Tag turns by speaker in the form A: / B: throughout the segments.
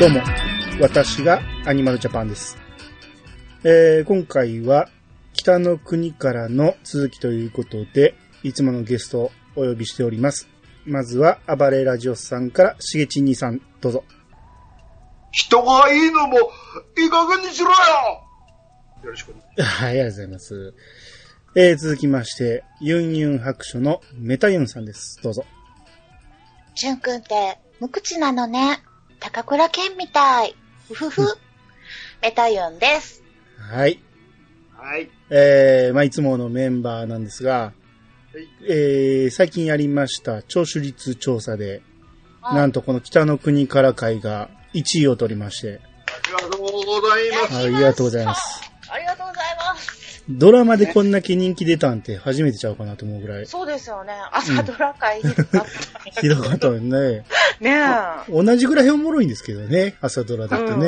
A: どうも、私がアニマルジャパンです。えー、今回は北の国からの続きということで、いつものゲストをお呼びしております。まずは、暴れラジオスさんから、しげちんにさん、どうぞ。
B: 人がいいのも、いい加減にしろよよろしくお願いし ま
A: はい、ありがとうございます。えー、続きまして、ユンユン白書のメタユンさんです。どうぞ。
C: ジュンくんって、無口なのね。高倉健みたい。ふふふ。メタユンです。
A: はい。
B: す。はい。
A: えー、まあ、いつものメンバーなんですが、えー、最近やりました聴取率調査で、なんとこの北の国から会が1位を取りまして、
B: ありがとうございま
A: ありがとうございます。
C: ありがとうございます。
A: ドラマでこんだけ人気出たんて初めてちゃうかなと思うぐらい、
C: そうですよね。朝ドラ会だったね。
A: ひどかったよね。
C: ねえ。
A: 同じぐらいおもろいんですけどね、朝ドラだってね。
C: うん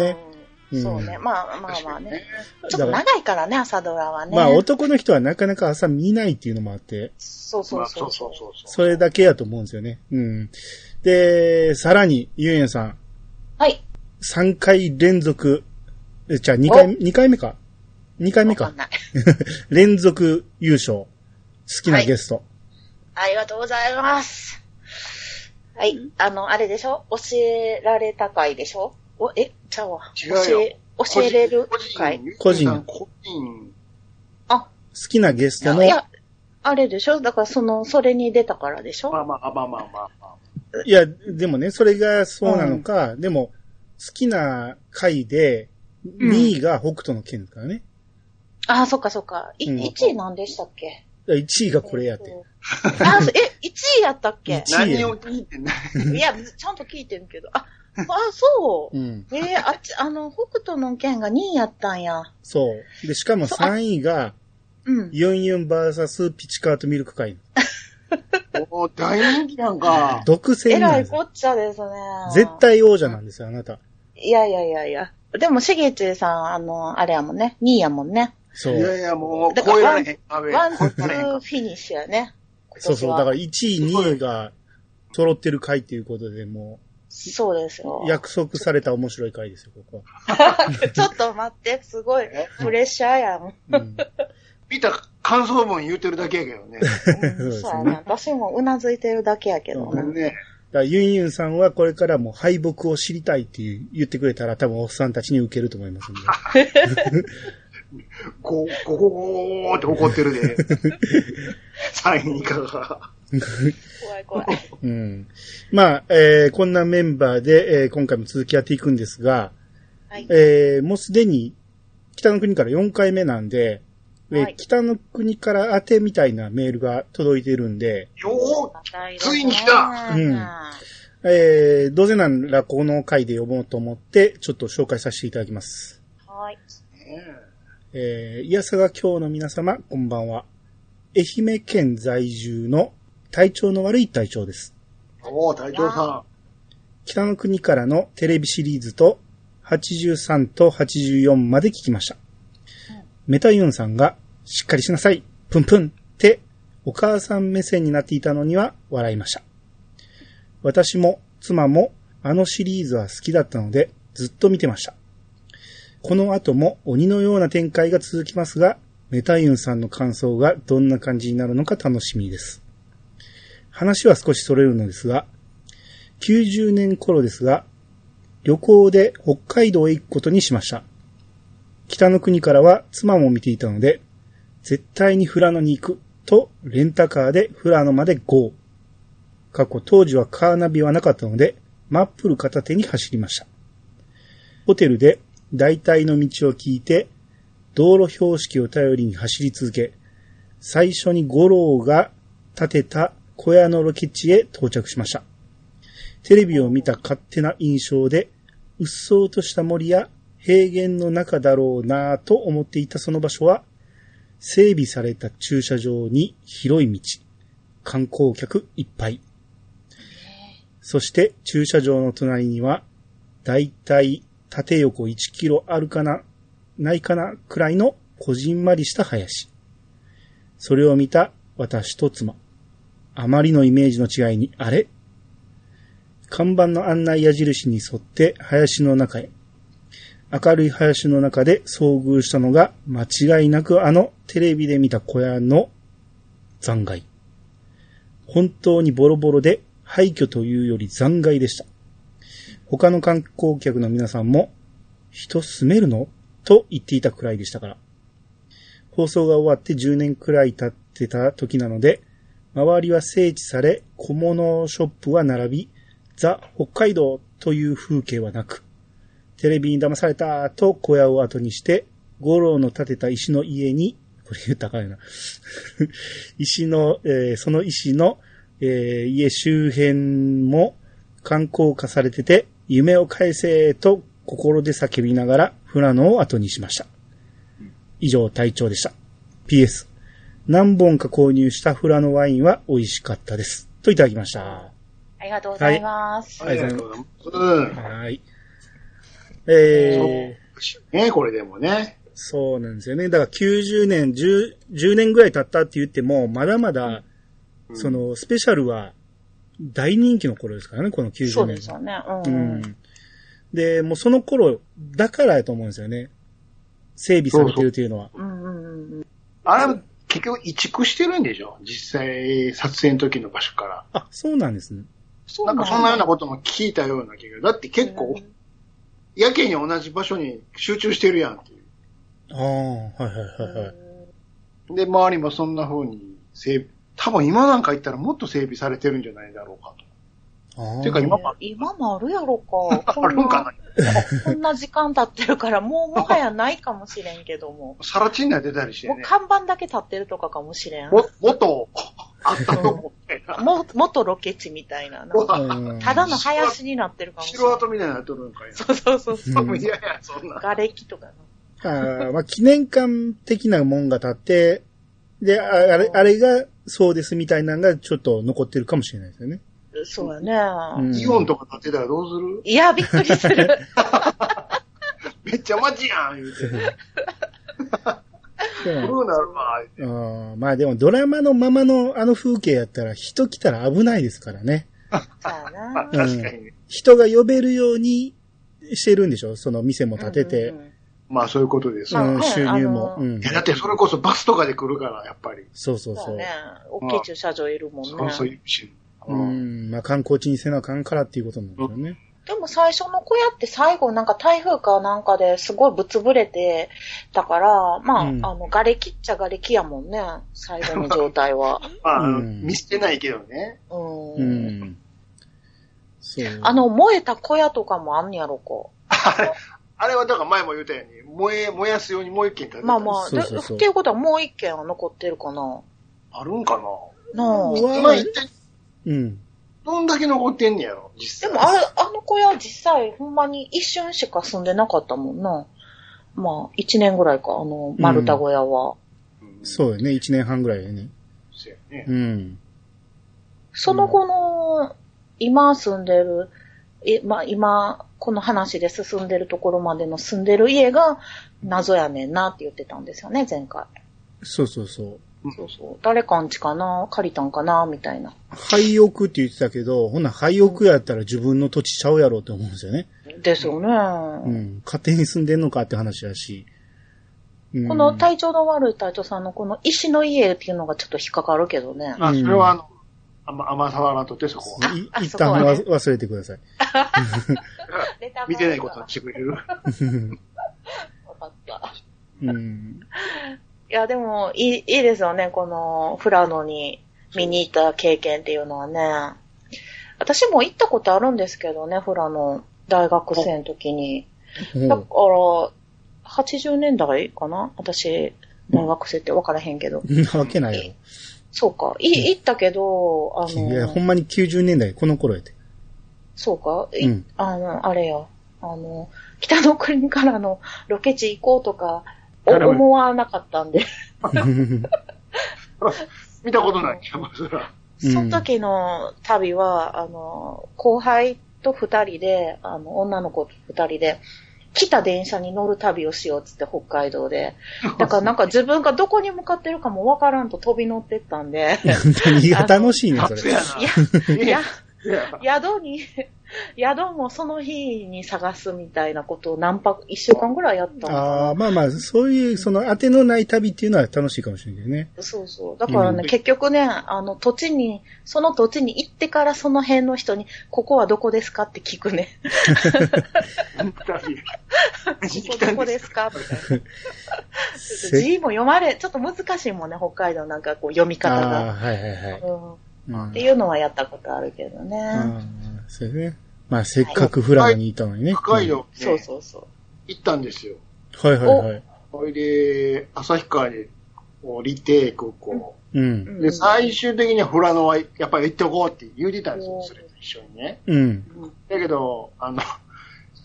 A: うん
C: そうね。まあまあまあね。ちょ
A: だ
C: っと
A: から
C: 長いからね、朝ドラはね。
A: まあ男の人はなかなか朝見ないっていうのもあって、
C: そう
B: す。
C: そ
B: まあ
C: う
B: そ
C: そうう
B: そ
C: そう
B: そうそう。
A: それだけやと思うんですよね。うん。で、さらに、ゆうやんさん、
C: はい。
A: 3回連続、えじゃあ2回、二回目か。2回目
C: わ
A: か
C: かん。ない。
A: 連続優勝。好きなゲスト。
C: ありがとうございます。はい。あの、あれでしょ教えられた会でしょおえ、ちゃうわ。
B: 違うよ
C: 教え、教えれる
B: 個人
C: 会。。
A: 個人
B: 個人。
C: あ、
A: 好きなゲストの、
C: い
A: い
C: や、あれでしょだからその、それに出たからでしょ、
B: まあまあまあまあまあまあ。
A: や、でもね、それがそうなのか、でも、好きな回で、
C: ん
A: 2位が北斗の剣だからね。
C: ああ、そっかそっか。い、
A: うん
C: 1位なんでしたっけ
A: 1位がこれやって。
C: あ、そえ、1位やったっけ
A: 一
B: 何を聞いてない。
C: いや、ちゃんと聞いてんけど。あ、あ、そう。
A: うん。
C: えーあっち、あの、北斗の剣が2位やったんや。
A: そう。で、しかも
C: そうあ
A: 3位が、
C: うん。
A: ユンユンバーサスピチカートミルク会。
B: もう大人気やんか。
A: 独占
C: え
A: な
C: ら
A: んで
C: い
A: す
C: こっちゃですね。
A: 絶。対王者なんですよ、あなた。
C: いやいやいやいや。でも、しげちさん、あの、あれやもんね。2位やもんね。
A: そ
B: いや
A: う。
B: いや、もう
C: だから
B: 超えられへん壁。
C: ワン、ツ
B: 超えられへん
C: ー、
B: か
C: フィニッシュやね。今年
A: そ
C: は
A: うそう。だから1位、2位が揃ってる回っていうことで、も
C: そうですよ
A: う、。約束された面白い回ですよ、ここ
C: ちょっと待って、すごい、プレッシャーやん。
A: は。 うん
B: 見た感想文言うてるだけやけどね。
A: そうですね
C: そうやな。私もうなずいてるだけやけど
B: これ
C: な。
B: ね。
A: だからユンユンさんはこれからも敗北を知りたいっていう言ってくれたら多分おっさんたちに受けると思いますん で。
B: こう、ここ、こうって怒ってる で。サイン以下が。
C: 怖い怖い。
A: うん。まあ、えーこんなメンバーで、えー今回も続きやっていくんですが、
C: はい。
A: えーもうすでに北の国から4回目なんで、えー
C: はい
A: 北の国から宛てみたいなメールが届いてるんで、
B: よーついに来た
A: うんえーどうせならこの回で読もうと思って、ちょっと紹介させていただきます。
C: はい。
A: えー、いやさが今日の皆様、こんばんは。愛媛県在住の体調の悪い隊長です。
B: おお、隊長さ
A: 北の国からのテレビシリーズと83と84まで聞きました。メタユンさんがしっかりしなさい、プンプンってお母さん目線になっていたのには笑いました。私も妻もあのシリーズは好きだったのでずっと見てました。この後も鬼のような展開が続きますが、メタユンさんの感想がどんな感じになるのか楽しみです。話は少しそれるのですが、90年頃ですが、旅行で北海道へ行くことにしました。北の国からは妻も見ていたので、絶対に富良野に行くとレンタカーで富良野まで GO。過去当時はカーナビはなかったので、マップル片手に走りました。ホテルで大体の道を聞いて、道路標識を頼りに走り続け、最初に五郎が建てた小屋のロケ地へ到着しました。テレビを見た勝手な印象で、うっそうとした森や平原の中だろうなぁと思っていたその場所は、整備された駐車場に広い道、観光客いっぱい。そして駐車場の隣には、だいたい縦横1キロあるかな、ないかなくらいのこじんまりした林。それを見た私と妻。あまりのイメージの違いに、あれ看板の案内矢印に沿って林の中へ。明るい林の中で遭遇したのが、間違いなくあのテレビで見た小屋の残骸。本当にボロボロで、廃墟というより残骸でした。他の観光客の皆さんも、人住めるのと言っていたくらいでしたから。放送が終わって10年くらい経ってた時なので、周りは整地され、小物ショップは並び、ザ・北海道という風景はなく、テレビに騙されたと小屋を後にして、五郎の建てた石の家に、これ言ったらあかんよな。 石の、えーその石の、えー家周辺も観光化されてて、夢を返せと心で叫びながら、フラノを後にしました。以上、隊長でした。PS、何本か購入したフラノワインは美味しかったです。といただきました。
C: ありがとうございます。
A: はい
B: ございます。
A: はい。えー、
B: うん。ね、これでもね。
A: そうなんですよね。だから90年、10, 10年ぐらい経ったって言っても、まだまだ、
B: うん
A: その、スペシャルは大人気の頃ですからね、この90年。
C: そうですよね。う。
A: うんん。で、もうその頃、だからやと思うんですよね。整備されてるというのは。
C: うんうんうん。
B: あれ、結局移築してるんでしょ実際、撮影の時の場所から。
A: あ、そうなんですね。
C: そう
B: なんかそんなような
C: こ
B: ことも聞いたような気が。だって結構、やけに同じ場所に集中してるやんってい
A: ああ、はいはいはいはい。
B: う。で、周りもそんな風に整備、多分今なんか行ったらもっと整備されてるんじゃないだろうか
A: あ
B: と。
A: あ
B: ていうか今も
C: 今もあるやろか。
B: あるんかな
C: こんな時間経ってるから、もうもはやないかもしれんけども。
B: さらちになってたりして
C: もう
B: ね。
C: 看板だけ立ってるとかかもしれん。も
B: も、元、あったとこみたいな。
C: 元ロケ地みたいな。なん
B: そう
C: か
B: だ
A: うん
C: ただの林になってるかもしれん。
B: 城跡みたいになっとるんかい
C: そうそうそうそう。
A: う
B: な。
A: ん
B: いやいや、そんな。
C: 瓦礫とかの。
A: あーまあ、記念館的なもんが立って、で、ああれ、あれがそうですみたいなのがちょっと残ってるかもしれないですよね。
C: そうやね。
A: うん
B: イオンとか建てたらどうする
C: いや、びっくり する。
B: めっちゃ街やん言うて。
A: でも
B: 古うなるわ。
A: あ
B: 言うて
A: ーまあでもドラマのままのあの風景やったら人来たら危ないですからね。
C: そうや
B: まあ
C: な。
B: 確かにね。
A: 人が呼べるようにしてるんでしょその店も建てて、
C: うんうんうん
B: まあそういうことです
A: う
B: よ。
A: ん
C: まあ
A: 収入も、
C: あの
A: うん
B: いやだってそれこそバスとかで来るから、やっぱり。
A: そうそう
C: そ
A: そうう。
C: だね。大きい駐車場いるもんね。
B: そうそういうし。
A: う
B: うん
A: ん、まあ観光地にせなあかんからっていうことなんですよね。
C: でも最初の小屋って最後なんか台風かなんかですごいぶつぶれてたから、まあ、
A: うん
C: あの、瓦礫っちゃ瓦礫やもんね。最後の状態は。
B: まあ、あの
A: うん
B: 見捨てないけどね。
C: うん。
A: うん。そう。
C: あの、燃えた小屋とかもあんねやろか。
B: あれはだから前も言ったように、燃え、燃やすようにもう一軒建てた
C: まあまあ、
A: そうそうそう
C: でっていうことはもう一軒は残ってるかな。
B: あるんかな
C: なあ。
A: うわ
B: まあ一体、
A: うん。
B: どんだけ残ってんねやろ、
C: で
B: 実際。
C: もあれ、あの小屋実際ほんまに一瞬しか住んでなかったもんな。まあ、一年ぐらいか、あの、丸太小屋は。
B: うん
A: そうよね。一年半ぐらいよね。
B: そうやね。
A: うん。
C: その後の、今住んでる、え、まあ、今、この話で進んでるところまでの住んでる家が謎やねんなって言ってたんですよね、前回。
A: そうそうそう。
C: そうそう。誰かんちかな借りたんかなみたいな。
A: 廃屋って言ってたけど、ほな廃屋やったら自分の土地ちゃうやろうと思うんですよね。
C: ですよね。
A: うん。勝手に住んでんのかって話だし。うん
C: この体調の悪い隊長さんのこの石の家っていうのがちょっと引っかかるけどね。
B: まあそれはあの、あんま、甘さはなとってそこは。
A: い
C: あ
A: 一
C: そこ
A: 旦
C: はね
A: わ忘れてください。
B: 見てないことにしてくれる。
C: わかった。
A: うん。
C: いや、でも、いい、いいですよね、この、フラノに見に行った経験っていうのはね。私も行ったことあるんですけどね、フラノ、大学生の時に。だから、80年代かな私、大学生って分からへんけど。
A: んなわけないや
C: そうか。い、行ったけど、あ
A: ろ。いや、ほ
C: の、
A: んまに90年代、この頃やて。
C: そうか、い
A: うん。
C: あの、あれよ。あの、北の国からのロケ地行こうとか、お
B: なるほど
C: 思わなかったんで。
B: 見たことない。やっぱそら。
A: うん
C: その時の旅は、あの、後輩と二人で、あの、女の子と二人で、来た電車に乗る旅をしようっつって北海道で。 だからなんか自分がどこに向かってるかもわからんと飛び乗っ てったんで、
A: 何が楽しいね、そ
B: 夏
A: れ
B: や。
C: い
B: な。
C: や、
B: いや、
C: 宿に宿もその日に探すみたいなことを何泊、一週間ぐらいやったの
A: あ
C: か
A: あ、まあまあ、そういう、その当てのない旅っていうのは楽しいかもしれないけどね。
C: な。そうそう。だからね、
B: うん
C: 結局ね、あの、土地に、その土地に行ってからその辺の人に、ここはどこですかって聞くね。こ こどこですかみたいな。
A: せ
C: 字も読まれ、ちょっと難しいもんね、北海道なんかこう読み方
A: あ
C: が。
A: あ、はいはいはい。
C: うん、っ
A: うん
C: ていうのはやったことあるけどね。
A: あーそうですね。まあ、せっかくフラノにいたのにね。
B: 深いよ、
C: そうそうそう。
B: 行ったんですよ。
A: うん。はいはいはい。
B: それで、旭川に降りて、空港。
A: うん。
C: うん
B: で、最終的には富良野はやっぱり行っておこうって言うてたんです
C: お
B: よ、
C: ー
B: それと一緒にね。
A: うん。
B: だけど、あの、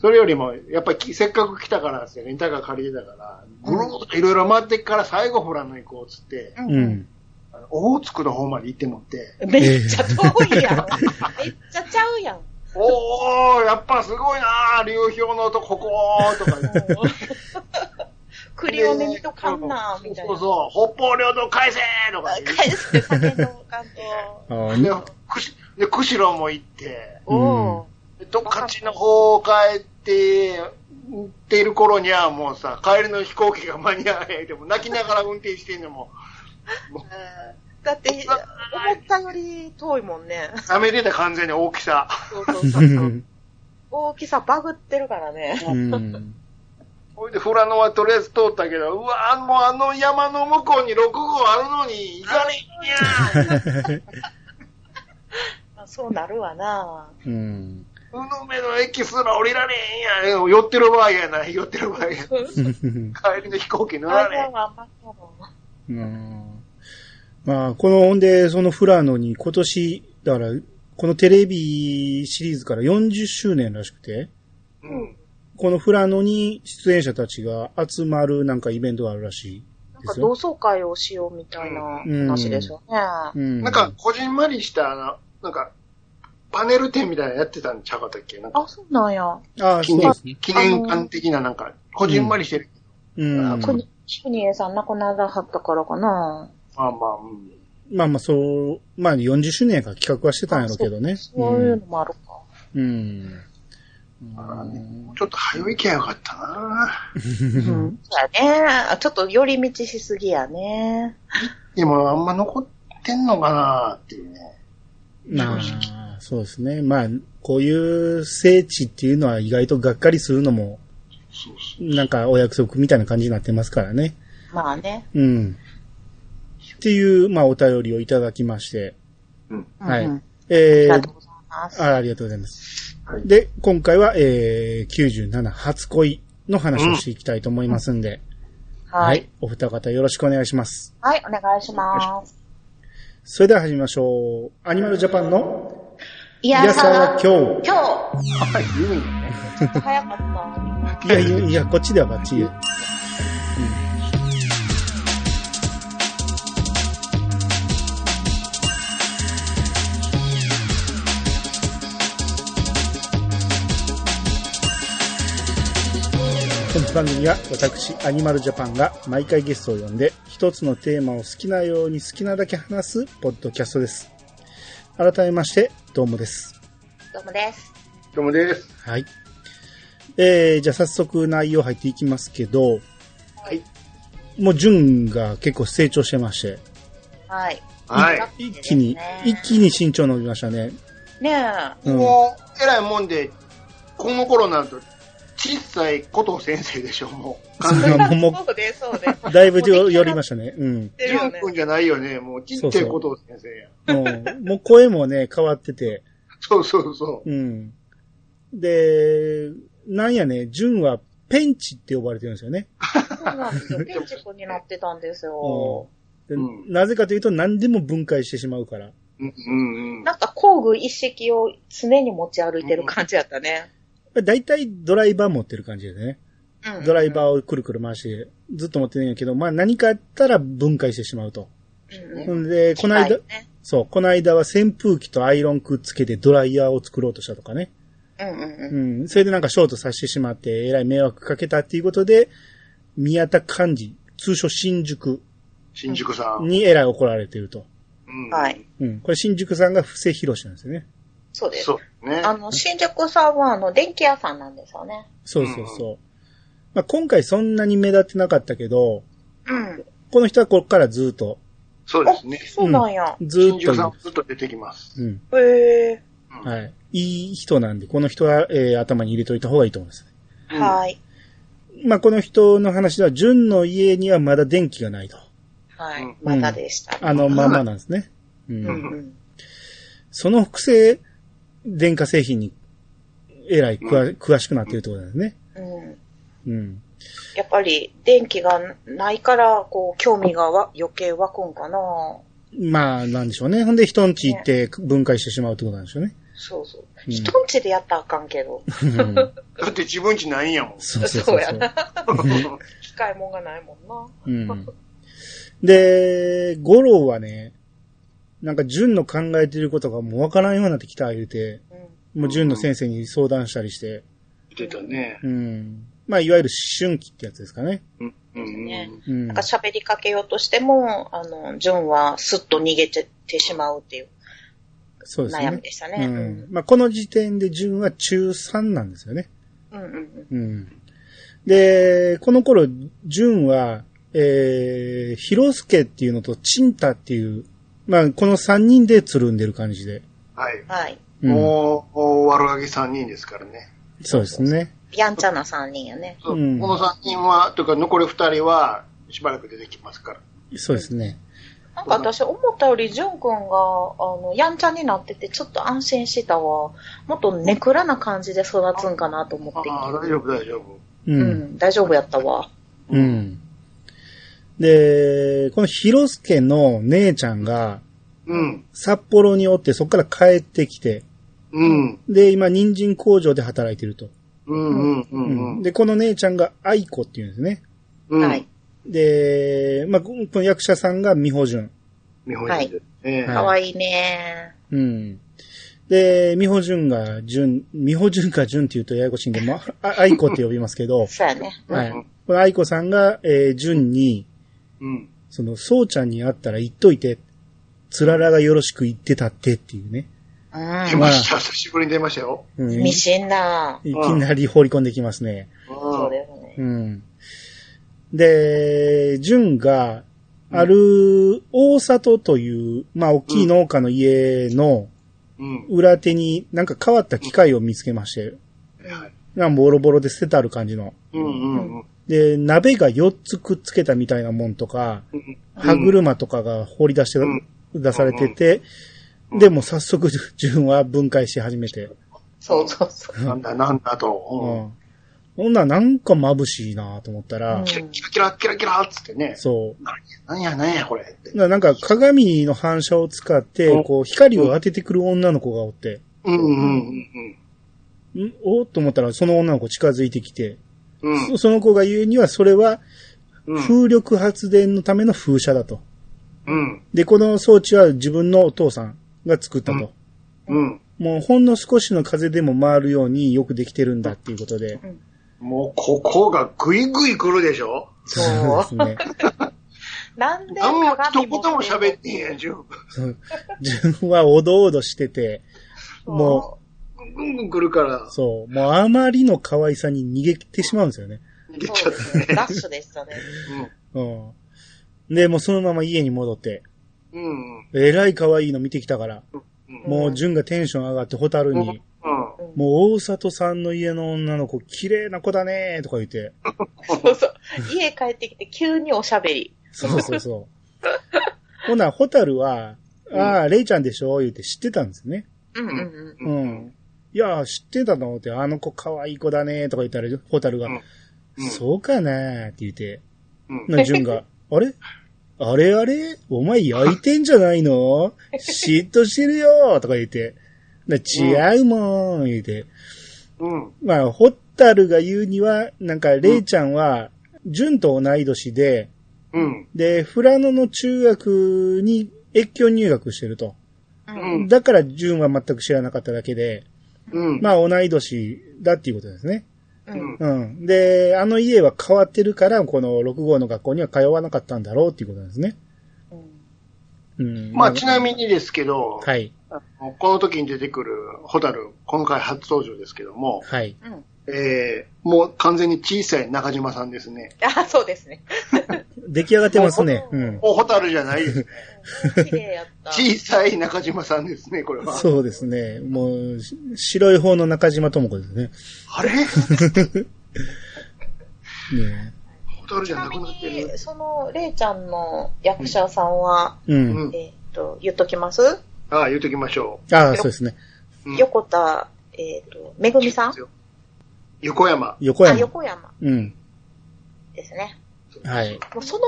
B: それよりも、やっぱりきせっかく来たからですよ、レンタカー借りてたから、ぐるーっといろいろ回ってから最後富良野行こうっつって、
C: う
A: うんん。
B: あのオホーツクの方まで行ってもって、
C: めっちゃ遠いやん。 めっちゃちゃうやん。
B: おー、やっぱすごいなー、流氷のとここーとかね。
C: 栗をね見とかんな、みたい
B: そう
C: な。
B: そう、北方領土改正とかね
C: 返して酒の関東。
A: ああ、
B: で
A: に、
B: くしで、釧路も行って、
C: おう
B: でどっかっちの方を帰って、行っている頃にはもうさ、帰りの飛行機が間に合わないでもう泣きながら運転してんのも、
C: うんだって、思ったより遠いもん ね。
B: 舐めてた完全に大きさ。
C: そうそ
A: う。
C: うそうそうん大きさバグってるからね。
A: うん。
B: ほいで、富良野はとりあえず通ったけど、うわもうあの山の向こうに6号あるのに行かねえんや
C: まあそうなるわな。
A: うん。
B: うのめの駅すら降りられへんや寄ってる場合やない、寄ってる場合やない。
A: うん
B: 帰りの飛行機乗ら
C: 台
B: れへん
C: 湾。はあんまそ
A: う
C: う
A: んまあ、この、ほんで、そのフラノに今年、だから、このテレビシリーズから40周年らしくて、
B: うん。
A: このフラノに出演者たちが集まるなんかイベントがあるらし
C: なんか同窓会をしようみたいな話でしょうね。
A: い。うん。
B: なんか、、こじんまりした、あの、なんか、パネル展みたいなのやってたんちゃうかったっけなんか
C: あ、、そうなんや。
A: ああ、
B: 記
A: そう
B: 念
A: ですね。
B: 記念館的ななんか、こじんまりしてる。
A: うん。
B: あ
C: 国、国枝さん亡くならはったからかな。
B: まあまあ、うん。
A: まあまあ、そう、まあ40周年やから企画はしてたんやろうけどね。
C: そういうのもあるか。
A: うん。
B: ちょっと早いきゃよかったな
C: うん。そうやね。ちょっと寄り道しすぎやね。
B: でも、あんま残ってんのかなっていうね。
A: まあ、そうですね。まあ、こういう聖地っていうのは意外とがっかりするのも、
B: そうそ
A: なんかお約束みたいな感じになってますからね。
C: まあね。
A: うん。っていう、まあ、お便りをいただきまして。
B: う。うん。
A: はい
C: うんうんあ
A: え
C: りが
A: ー
C: と、うございます。
A: あありがとうございます。
B: はい
A: で、今回は、えー、97初恋の話をしていきたいと思いますんで、
C: は
A: はいい。。お二方よろしくお願いします。
C: はい、お願いします。
A: それでは始めましょう。アニマルジャパンの、
C: い
A: いやさは今
C: 今日、
B: はい、言うんよね。
C: ちょっと早かったな。
A: 日。いやいや、いや、こっちではバッチリ。この番組は私、アニマルジャパンが毎回ゲストを呼んで、一つのテーマを好きなように好きなだけ話すポッドキャストです。改めまして、どうもです。
C: どうもです。
B: どうもです。
A: はい。えー、じゃあ早速内容入っていきますけど、
B: はい。
A: もう順が結構成長してまして、
C: はい。
B: はい。
A: 一気に、一気に身長伸びましたね。
C: ね
A: うん。
B: もう、えらいもんで、この頃になると、小さいこと先生でしょ、もう。完全に。
C: え。
A: もうも
C: そうで、そうで。言っ
A: う、だいぶよ寄りましたね。うん。
C: てるよ
B: 純
C: ね。
B: 君じゃないよね、もう。ちっちゃいこと先生や。
A: もう、もう声もね、変わってて、
B: そうそうそう。
A: うん。で、なんやね、順はペンチって呼ばれてるんですよね。
C: そうなんですよ。ピンチ君になってたんです よ。
A: で
B: うん
A: なぜかというと何でも分解してしまうから。
B: うんうんうん。
C: なんか工具一式を常に持ち歩いてる感じやったね。
A: だいたいドライバー持ってる感じでね。
C: うん
A: ドライバーをくるくる回して、ずっと持ってるんやけど、まあ何かあったら分解してしまうと。
C: うんうん
A: ほんで、この
C: 機
A: 間
C: 械、ね
A: そう、この間は扇風機とアイロンくっつけてドライヤーを作ろうとしたとかね。
C: うんうんうん。
A: うん。それでなんかショートさせてしまって、えらい迷惑かけたっていうことで、宮田幹事、通称新宿
B: 新宿さん。
A: にえらい怒られてると。
B: うん
C: はい。
A: うん。これ新宿さんが布施博士なんですよね。
C: そうです。
B: そう。ね。
C: あの、新宿さんは、あの、電気屋さんなんですよね。
A: そうそうそう。まあ、今回そんなに目立ってなかったけど、
C: うん。
A: この人はこっからずっと、
B: そうですね。
C: そうなんや。
A: ず
B: 新
A: っと
B: 宿
A: い
B: さん
A: る
B: も。ずっと出てきます。
A: うん。
C: へえ
B: うん
A: はい。いい人なんで、この人は、えー頭に入れといた方がいいと思います。
B: うん
C: はい。
A: まあ、この人の話では、純の家にはまだ電気がないと。
C: は
B: うん
C: い。まだでした。
A: あのまんまなんですね。う。
C: うんん。
A: その複製電化製品に、えらい詳,、
B: う
A: 詳しくなってるってことなんですね。
C: うん。
A: うん。
C: やっぱり、電気がないから、こう、興味がわ余計湧くんかな
A: まあ、なんでしょうね。ほんで、人んち行って分解してしまうってことなんでしょうね。
C: そうそう。
A: うん
C: 人んちでやったらあかんけど。
A: うん
B: だって自分ちないんやもん。
A: そうそうそう
C: そ
A: そ
C: うや
A: う。
C: な
B: うん
C: 機械もんがないもんな。
A: うん。で、ゴロはね、なんか、純の考えてることがもうわからんようになってきた、言うて、
C: うん。
A: もう純の先生に相談したりして、
B: 出たね。
A: うん。まあ、いわゆる思春期ってやつですかね。
B: うん。うん
C: ね
A: うん。
C: なんか喋りかけようとしても、あの、ジョンはスッと逃げてってしまうっていう
A: そうですね。
C: 悩みでしたね。
A: う
C: うんん。。
A: まあ、この時点で純は中3なんですよね。
C: うんうん
A: うん。で、この頃、純は、えー、広助っていうのと、チンタっていう、まあ、この3人でつるんでる感じで。
B: はい。
C: はい。
A: うん、
B: もう、お悪ガキ3人ですからね。
A: そうですね。
C: やんちゃな三人やね。
B: そう
A: うん
B: この3人は、というか残り2人は、しばらく出てきますから。
A: そうですね。
C: なんか私思ったより、ジョン君が、あの、やんちゃになってて、ちょっと安心したわ。もっとネクラな感じで育つんかなと思って
B: ああ、大丈夫、大丈夫。
A: う。
C: うんん、大丈夫やったわ。
A: うん。で、この広助の姉ちゃんが、
B: うん。
A: 札幌におって、そこから帰ってきて、
B: うん。
A: で、今、人参工場で働いてると。
B: うん。うん。う
A: うん
B: ん。
A: で、この姉ちゃんが愛子っていうんですね。
B: うん。
C: はい。。
A: で、まあ、ここの役者さんが美穂純。
B: 日本人です。ええ。
A: はい
C: かわいいね。、
A: うん。で、美穂純が純、美穂純か純って言うとややこしいんで、まあ、あ愛子って呼びますけど
C: そうやね。
A: はいう
B: ん
A: この愛子さんが、えー純に、
B: うん。
A: その、そうちゃんに会ったら言っといて、つららがよろしく言ってたってっていうね。
B: 出
C: う
B: ました。久しぶりに出ましたよ。
A: うん
C: ん。
A: い
C: ミシンな。
A: きなり放り込んできますね。
C: そう
B: う
C: ですね。
A: うん。で、純が、ある、大里という、まあ、大きい農家の家の
B: ん。
A: 裏手になんか変わった機械を見つけまして、
B: はい
A: なんかボロボロで捨ててある感じの。
B: うん。うん。うん。
A: で、鍋が4つくっつけたみたいなもんとか、
B: うん
A: 歯車とかが放り出して、
B: うん
A: 出されてて、で、もう早速、純は分解し始めて。
C: そうそうそう。
B: なんだ、なんだ
A: う
B: と。
A: ん。ほんならなんか眩しいなと思ったら、
C: うん
B: キラキラキラキラキラっつってね。
A: そ
B: なんや、なんや、これって
A: う。。ななんか鏡の反射を使って
B: うん、
A: こう、光を当ててくる女の子がおって、
B: うん。うん。
A: んおっと思ったら、その女の子近づいてきて、
B: うん。うん
A: そその子が言うには、それは
B: うん。
A: 風力発電のための風車だと。
B: うん。
A: で、この装置は自分のお父さんが作ったと。
B: うん。
A: もうほんの少しの風でも回るようによくできてるんだっていうことで。
B: もう、ここがぐいぐい来るでしょ
A: そう
C: そ
A: ですね。
C: う。なんで
B: 何も一
C: 鏡
B: 言
C: 持
B: も
C: ってんの
B: 喋ってへんやん、十分。
A: そう自分はおどおどしてて、も
B: ぐんぐん来るから
A: う、、そう、もうあまりの可愛さに逃げてしまうんですよね。
B: 逃げちゃっ
C: そうですねダッシュでしたね。
A: うん。で、もうそのまま家に戻って、
B: うん。うん。
A: えらい可愛いの見てきたから、
B: うん
A: もう純がテンション上がってホタル
B: うん。
A: に、
B: うん
C: うん
A: もう大里さんの家の女の子綺麗な子だねーとか言って、
C: そうそう。家帰ってきて急におしゃべり。
A: そうそう そう。ほな、ホタルは、ああ、レイちゃんでしょ言うて知ってたんですよね。
C: うんうんうん。
A: うん。いや、知ってたのって、あの子可愛い子だねとか言ったら、ホタルが、
B: うんうん
A: そうかなって言って、
B: うん。
A: な、ジュンが、あれあれあれお前焼いてんじゃない の嫉妬してるよとか言って、な違うもん言うて。
B: うん。
A: まあ、ホタルが言うには、なんか、レイちゃんは、ジュンと同い年で、
B: うん。
A: で、富良野の中学に越境入学してると。
C: うん
B: うん
A: だから、ジュンは全く知らなかっただけで、
B: うん。
A: まあ、同い年だっていうことですね。
C: う
B: うんん。
A: うん。で、あの家は変わってるから、この6号の学校には通わなかったんだろうっていうことなんですね。
C: うん
A: うん。
B: まあ、ちなみにですけど、
A: はい。
B: あのこの時に出てくるホタル、今回初登場ですけども、
A: はい。
C: うん。
B: えー、もう完全に小さい中島さんですね。
C: あ、そうですね。
A: 出来上がってますね。うん。
B: もうホタルじゃないですね。
C: うん綺麗やった。
B: 小さい中島さんですね、これは。
A: そうですね。もう、し白い方の中島智子ですね。
B: あれ
A: ね
B: ホタル
C: ち
B: じゃ
C: な
B: な
C: み
B: くなってる
C: に、。その、れいちゃんの役者さんは、
A: えう。
B: うんん
C: えっと、言っときます
B: ああ、言うときましょ
A: ああ、そうですね。
B: う。うん
C: 横田、えっと、めぐみさん
B: 横山。
A: 横
C: あ、
A: 山。
C: 横山
A: うん。
C: ですね。
A: はい。
C: もうその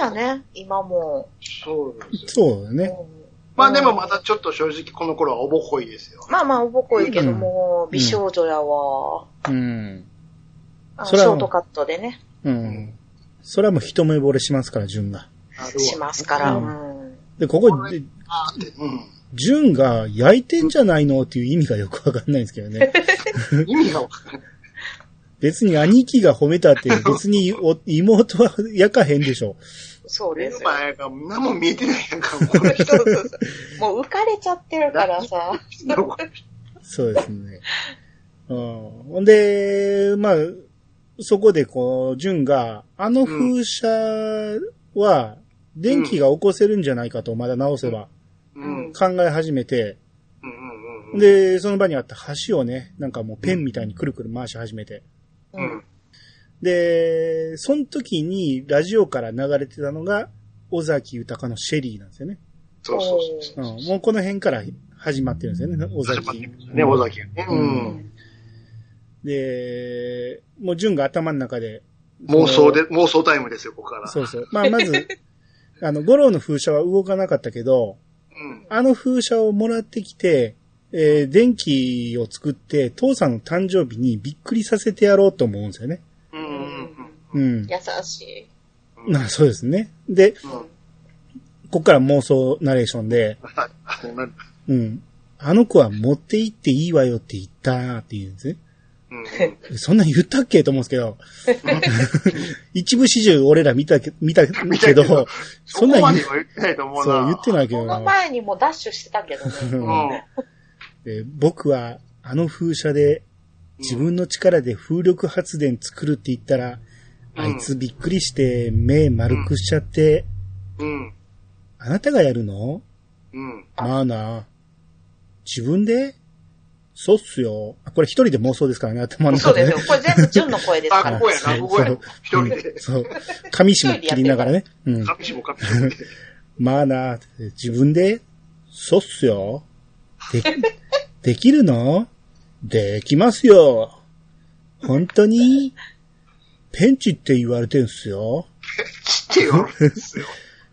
C: まんまやね、今も。
B: そうなんですよ。
A: そうだ
C: う
A: ね。
C: ん
B: まあでもまだちょっと正直この頃はおぼこいですよ。
C: まあまあ、おぼこいけど
A: うん
C: も、美少女やわ。
A: うん。
C: あの
A: そ
C: シ
A: れは
C: ョ
A: もう
C: ートカットでね、
A: うん。それはもう一目惚れしますから、純が。
B: あるわ
C: しますから。
A: う
C: うん
A: で、ここで、
B: あーってう
A: 純が焼いてんじゃないのっていう意味がよくわかんないんですけど ね。
B: ん。意味がわかんない。
A: 別に兄貴が褒めたって、別にお妹は焼かへんでしょ。
C: そう
B: 目
C: です
B: の
C: よ。
B: 前が何も見えてないやんか、もうこの人
C: そうそうそうもう浮かれちゃってるからさ。
B: のこ
A: そうですね。うん。ほんで、まあ、そこでこう、純が、あの風車は、電気が起こせるんじゃないかと、まだ直せば、
B: うん。うん
A: 考え始めて、
B: うんうん。、
A: で、その場にあった橋をね、なんかもうペンみたいにくるくる回し始めて、
B: う
C: うん
B: ん。
A: で、その時にラジオから流れてたのが、尾崎豊のシェリーなんですよね。
B: そうそうそうそ
A: う
B: う。
A: ん、もうこの辺から始まってるんですよね、尾
B: 始まっ
A: 崎。
B: てますね、尾崎がね。う
A: うん
B: ん。
A: で、もう純が頭の中で。
B: 妄想で、妄想タイムですよ、ここから。
A: そうそう。まあ、まず、 あの、五郎の風車は動かなかったけど、
B: うん。
A: あの風車をもらってきて、えー電気を作って、父さんの誕生日にびっくりさせてやろうと思うんですよね。
B: うんうんうん
A: うん。
C: 優しい。
B: うん。
A: まあ、そうですね。で、
B: うん。
A: ここから妄想ナレーションで、
B: はいあな
A: うん。あの子は持って行っていいわよって言ったなって言うんですね。
B: うん
A: そんなん言ったっけと思うんですけ ど。一部始終俺ら見たけ、見たけ
B: 見たけ
A: ど
B: ど、
A: そ
B: そ
A: んな
B: こ
A: ん
B: ま
A: 言
B: で
A: う
B: は言ってないと思うな。
A: そう、言ってないけ
C: こ
A: ど
C: の
A: な。
C: 前にもダッシュしてたけどね。
B: うん。
A: で僕はあの風車で自分の力で風力発電作るって言ったら、
B: うん
A: あいつびっくりして目丸くしちゃって、
B: うん。
A: あなたがやるの
B: うん。
A: まあな。自分でそうっすよ。これ一人で妄想ですからね、頭の
C: そう
A: 中で
C: で
A: ね
C: すよ。。これ全部純の声です
B: あ、
C: から
B: こ。こやな、ここや
A: そう。
B: 一人で。
A: そう。紙芝切りながらね。うん。
B: 神しも神しも。
A: まあな、自分で、そうっすよ。で、できるのできますよ。本当にペンチって言われてんすよ。
B: ちってよ。ですよ。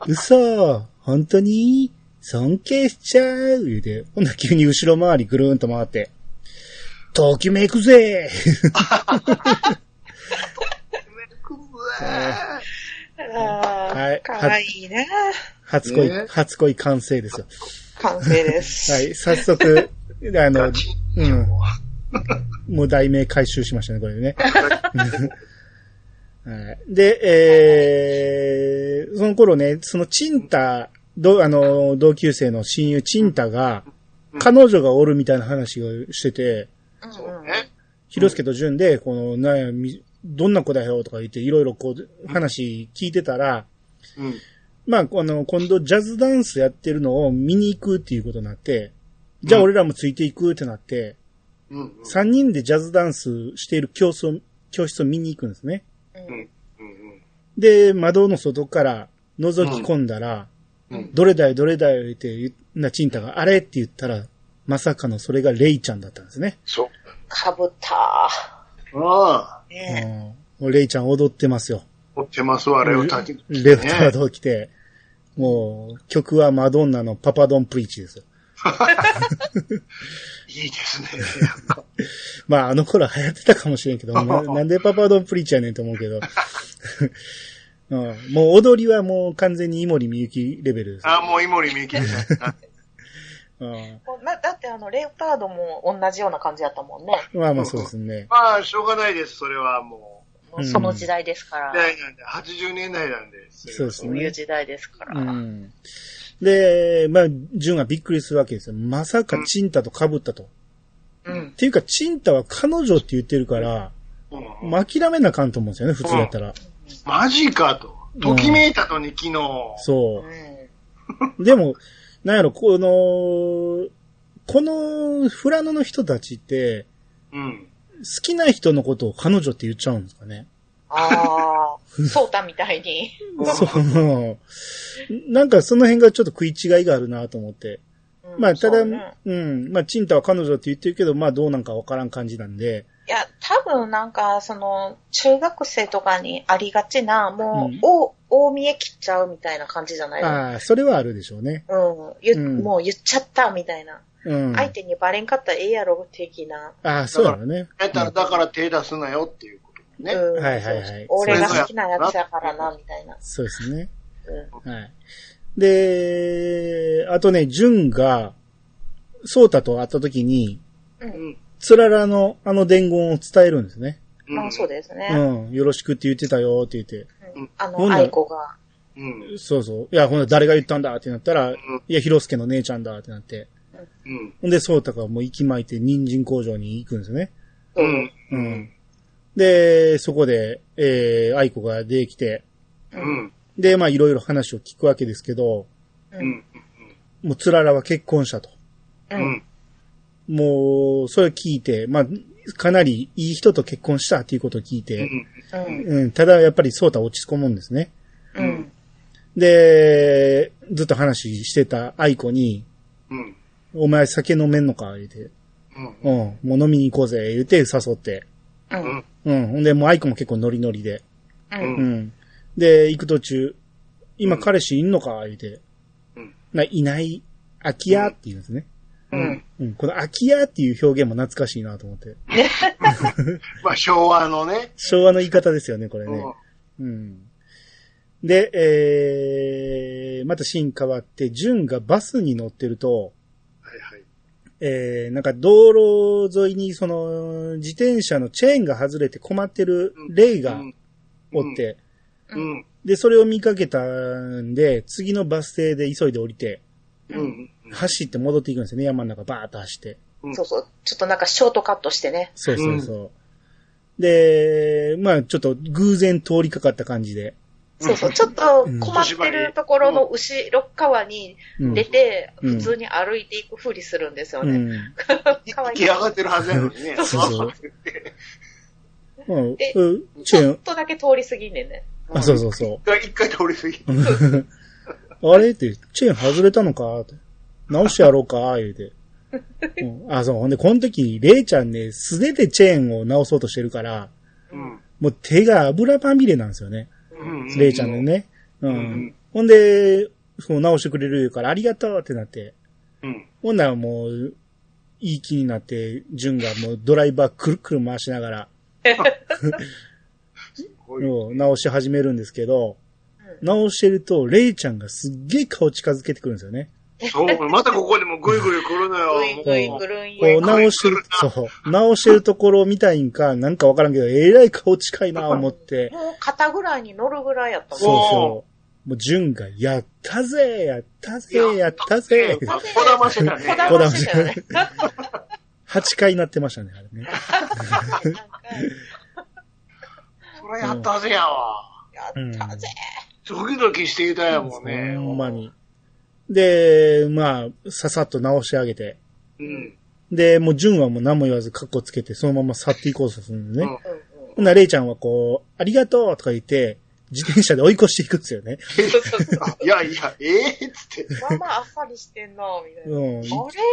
A: 嘘。本当に尊敬しちゃう。言うて、ほんな急に後ろ回りぐるーんと回って、ときめくぜは
C: あ
A: い
C: あ、かわいいね。
A: 初恋、
B: ね
A: 初恋完成ですよ。
C: 完成です。
A: はい、早速、あの
B: ガ、チ
A: もう題名回収しましたね、これでね。はいで、えー、その頃ね、そのチンタ、どあの、同級生の親友チンタが、
B: うん
A: 彼女がおるみたいな話をしてて、
C: うんうん
B: そうね。
A: ひろすけとじゅんで、この、なみどんな子だよとか言って、いろいろこう、話聞いてたら、
B: うん。
A: まあ、あの、今度ジャズダンスやってるのを見に行くっていうことになって、じゃあ俺らもついていくってなって、
B: うん。
A: 三人でジャズダンスしている教室を、教室を見に行くんですね。
C: うん
B: うん。
A: で、窓の外から覗き込んだら、
B: うん。
A: どれだいどれだいって言うなチンタがあれって言ったら、まさかのそれがレイちゃんだったんですね。
B: そ
C: かぶった。
B: う。ああ。
C: ね
A: うん、レイちゃん踊ってますよ。
B: 持ってますわ、レオタキ。
A: レオタードを着て、もう曲はマドンナのパパドンプリーチですよ。
B: いいですね。
A: まああの頃流行ってたかもしれんけ ど、ななんでパパドンプリーチやねんと思うけど。 うん、もう踊りはもう完全に井森美幸レベルですよ。
B: あ、もう井森美幸です。
A: うん
C: こうなだってあの、レオタードも同じような感じだったもんね。
A: まあまあそうですね。
B: まあ、しょうがないです、それはも
A: うん
C: その時代ですか
B: う。
C: ら。
B: 時代なんで、80年代なんで。
A: そうです
C: そうい
A: ね
C: う。時代ですから。
A: うん。で、まあ、純がびっくりするわけですよ。まさかチンタと被ったと。
C: うん
A: っ。ていうか、チンタは彼女って言ってるから、
B: うん
A: もう諦めなあかんと思うんですよね、普通だったら。
B: マジかと。ときめいたのに、昨日。
A: そうう。
C: ん。
A: でも、なんやろ、この、このフラノの人たちって、
B: うん。
A: 好きな人のことを彼女って言っちゃうんですかね。
C: あ あ、そうたみたいに。
A: そう。なんかその辺がちょっと食い違いがあるなと思って。
C: うん
A: まあ、ただ、
C: そう
A: う
C: ね
A: ん。まあ、チンタは彼女って言ってるけど、まあ、どうなんかわからん感じなんで。
C: いや、多分なんか、その、中学生とかにありがちな、も
A: うん
C: う、お大見え切っちゃうみたいな感じじゃないの
A: ああ、それはあるでしょうね。
C: うん、ゆ
A: うん
C: もう言っちゃったみたいな。
A: うん。
C: 相手にバレんかったらええやろ、的な。
A: ああ、そうだろうね。
B: だから、だから手出すなよっていうことね。
C: うん
A: はいはいはい
C: 俺が好きなやつやからな、みたいな。
A: そうですね。
C: うん
A: はい。で、あとね、ジュンが、ソータと会った時に、
C: うん。
A: つららのあの伝言を伝えるんですね。
B: うん
C: まあそうですね。
A: うん。よろしくって言ってたよって言って。
C: うんあ
A: ほん
C: の、
A: なら
C: 愛子が。
B: うん。
A: そうそう。いや、ほんで誰が言ったんだってなったら、い
B: ん
A: や、ヒロスケの姉ちゃんだってなって。
B: うん。
A: ほんで、ソータがもう息巻いて人参工場に行くんですよね。
B: うん。
A: う。で、そこで、えー、愛子が出てきて、
B: うん。
A: で、まあいろいろ話を聞くわけですけど、
C: う。
B: うんん。
A: もうつららは結婚したと。
C: う。
B: うんん。
A: もう、それ聞いて、まあ、かなりいい人と結婚したっていうことを聞いて、
C: うん。
A: うん、ただやっぱりソータは落ち込むんですね。
C: うん。
A: で、ずっと話してた愛子に、
B: うん。
A: お前酒飲めんのか言うて、
B: うん。
A: うん、もう飲みに行こうぜ、言うて誘って。
C: う。
B: うんん。
A: うん、ほんでもう愛子も結構ノリノリで。
C: うん。
A: うん。で、行く途中、今彼氏いんのか言うて、
B: うん
A: ないない、空き家って言うんですね。
C: うん。
A: うん、この空き家っていう表現も懐かしいなと思って。
B: まあ昭和のね。
A: 昭和の言い方ですよね、これ
B: う
A: ね。
B: ん。
A: うん。で、えー、またシーン変わって、ジュンがバスに乗ってると、
B: はいはい。
A: えー、なんか道路沿いにその自転車のチェーンが外れて困ってるレイがおって、
B: うん。
A: で、それを見かけたんで、次のバス停で急いで降りて、
B: うん。
A: 走って戻っていくんですよね、山の中バーッと走って。
B: うん
C: そうそう。ちょっとなんかショートカットしてね。
A: そうそうそう。で、まあちょっと偶然通りかかった感じで。
C: そうそう。ちょっと
A: うん
C: 困ってるところの後ろっ側に
A: うん
C: 出て、
A: うん
C: 普通に歩いていくふりするんですよ
A: う
C: ね。
A: ん。
B: 行
C: かわい
B: き
C: い。
B: 上がってるはずやのにね。
A: うん
C: で
A: うん。チ
C: ち
A: ェー
C: ょ
A: ン
C: っ、とだけ通り過ぎんねんね。
A: あ、そうそう そう。
B: 一回通り過ぎ。
A: あれって、チェーン外れたのかって直してやろうか言うて。うんあ、そう。ほんで、この時、レイちゃんね、素手でチェーンを直そうとしてるから、
B: うん。
A: もう手が油まみれなんですよね。
B: うん。
A: レイちゃんの。ね。うん。
B: うん
A: ほんで、そう直してくれるから、ありがとうってなって。
B: うん。
A: ほんならもう、いい気になって、ジュンがもうドライバーくるくる回しながら、
B: こういう。
A: うん直し始めるんですけど、
C: うん
A: 直してると、レイちゃんがすっげえ顔近づけてくるんですよね。
B: そう、またここでもぐいぐい来るのよ。
C: ぐいぐいぐるん
A: こう
C: よ。
A: 直してる、そう、直してるところを見たいんか、なんかわからんけど、えらい顔近いな、思って。
C: もう肩ぐらいに乗るぐらいやった
A: そう
C: もん。
A: そう。もう、ジュンが、やったぜやったぜやったぜ
B: こだましてたね。
C: こだましてたよね。
A: 8回なってましたね、あれね。
C: なんか
B: それやったぜやわ。
C: やったぜ。
B: ドキドキしていたやもんね。
A: ほんまに。で、まあ、ささっと直してあげて。
B: うん。
A: で、もう、ジュンはもう何も言わず、カッコつけて、そのまま去っていこうとするんでね。
C: うんうん
A: ほんなら、レイちゃんはこう、ありがとうとか言って、自転車で追い越していくんですよね。
C: そうそうそう
B: いやいや、ええっつって。
C: まあまああっさりしてんな、みたいな。
A: うん。
C: あれ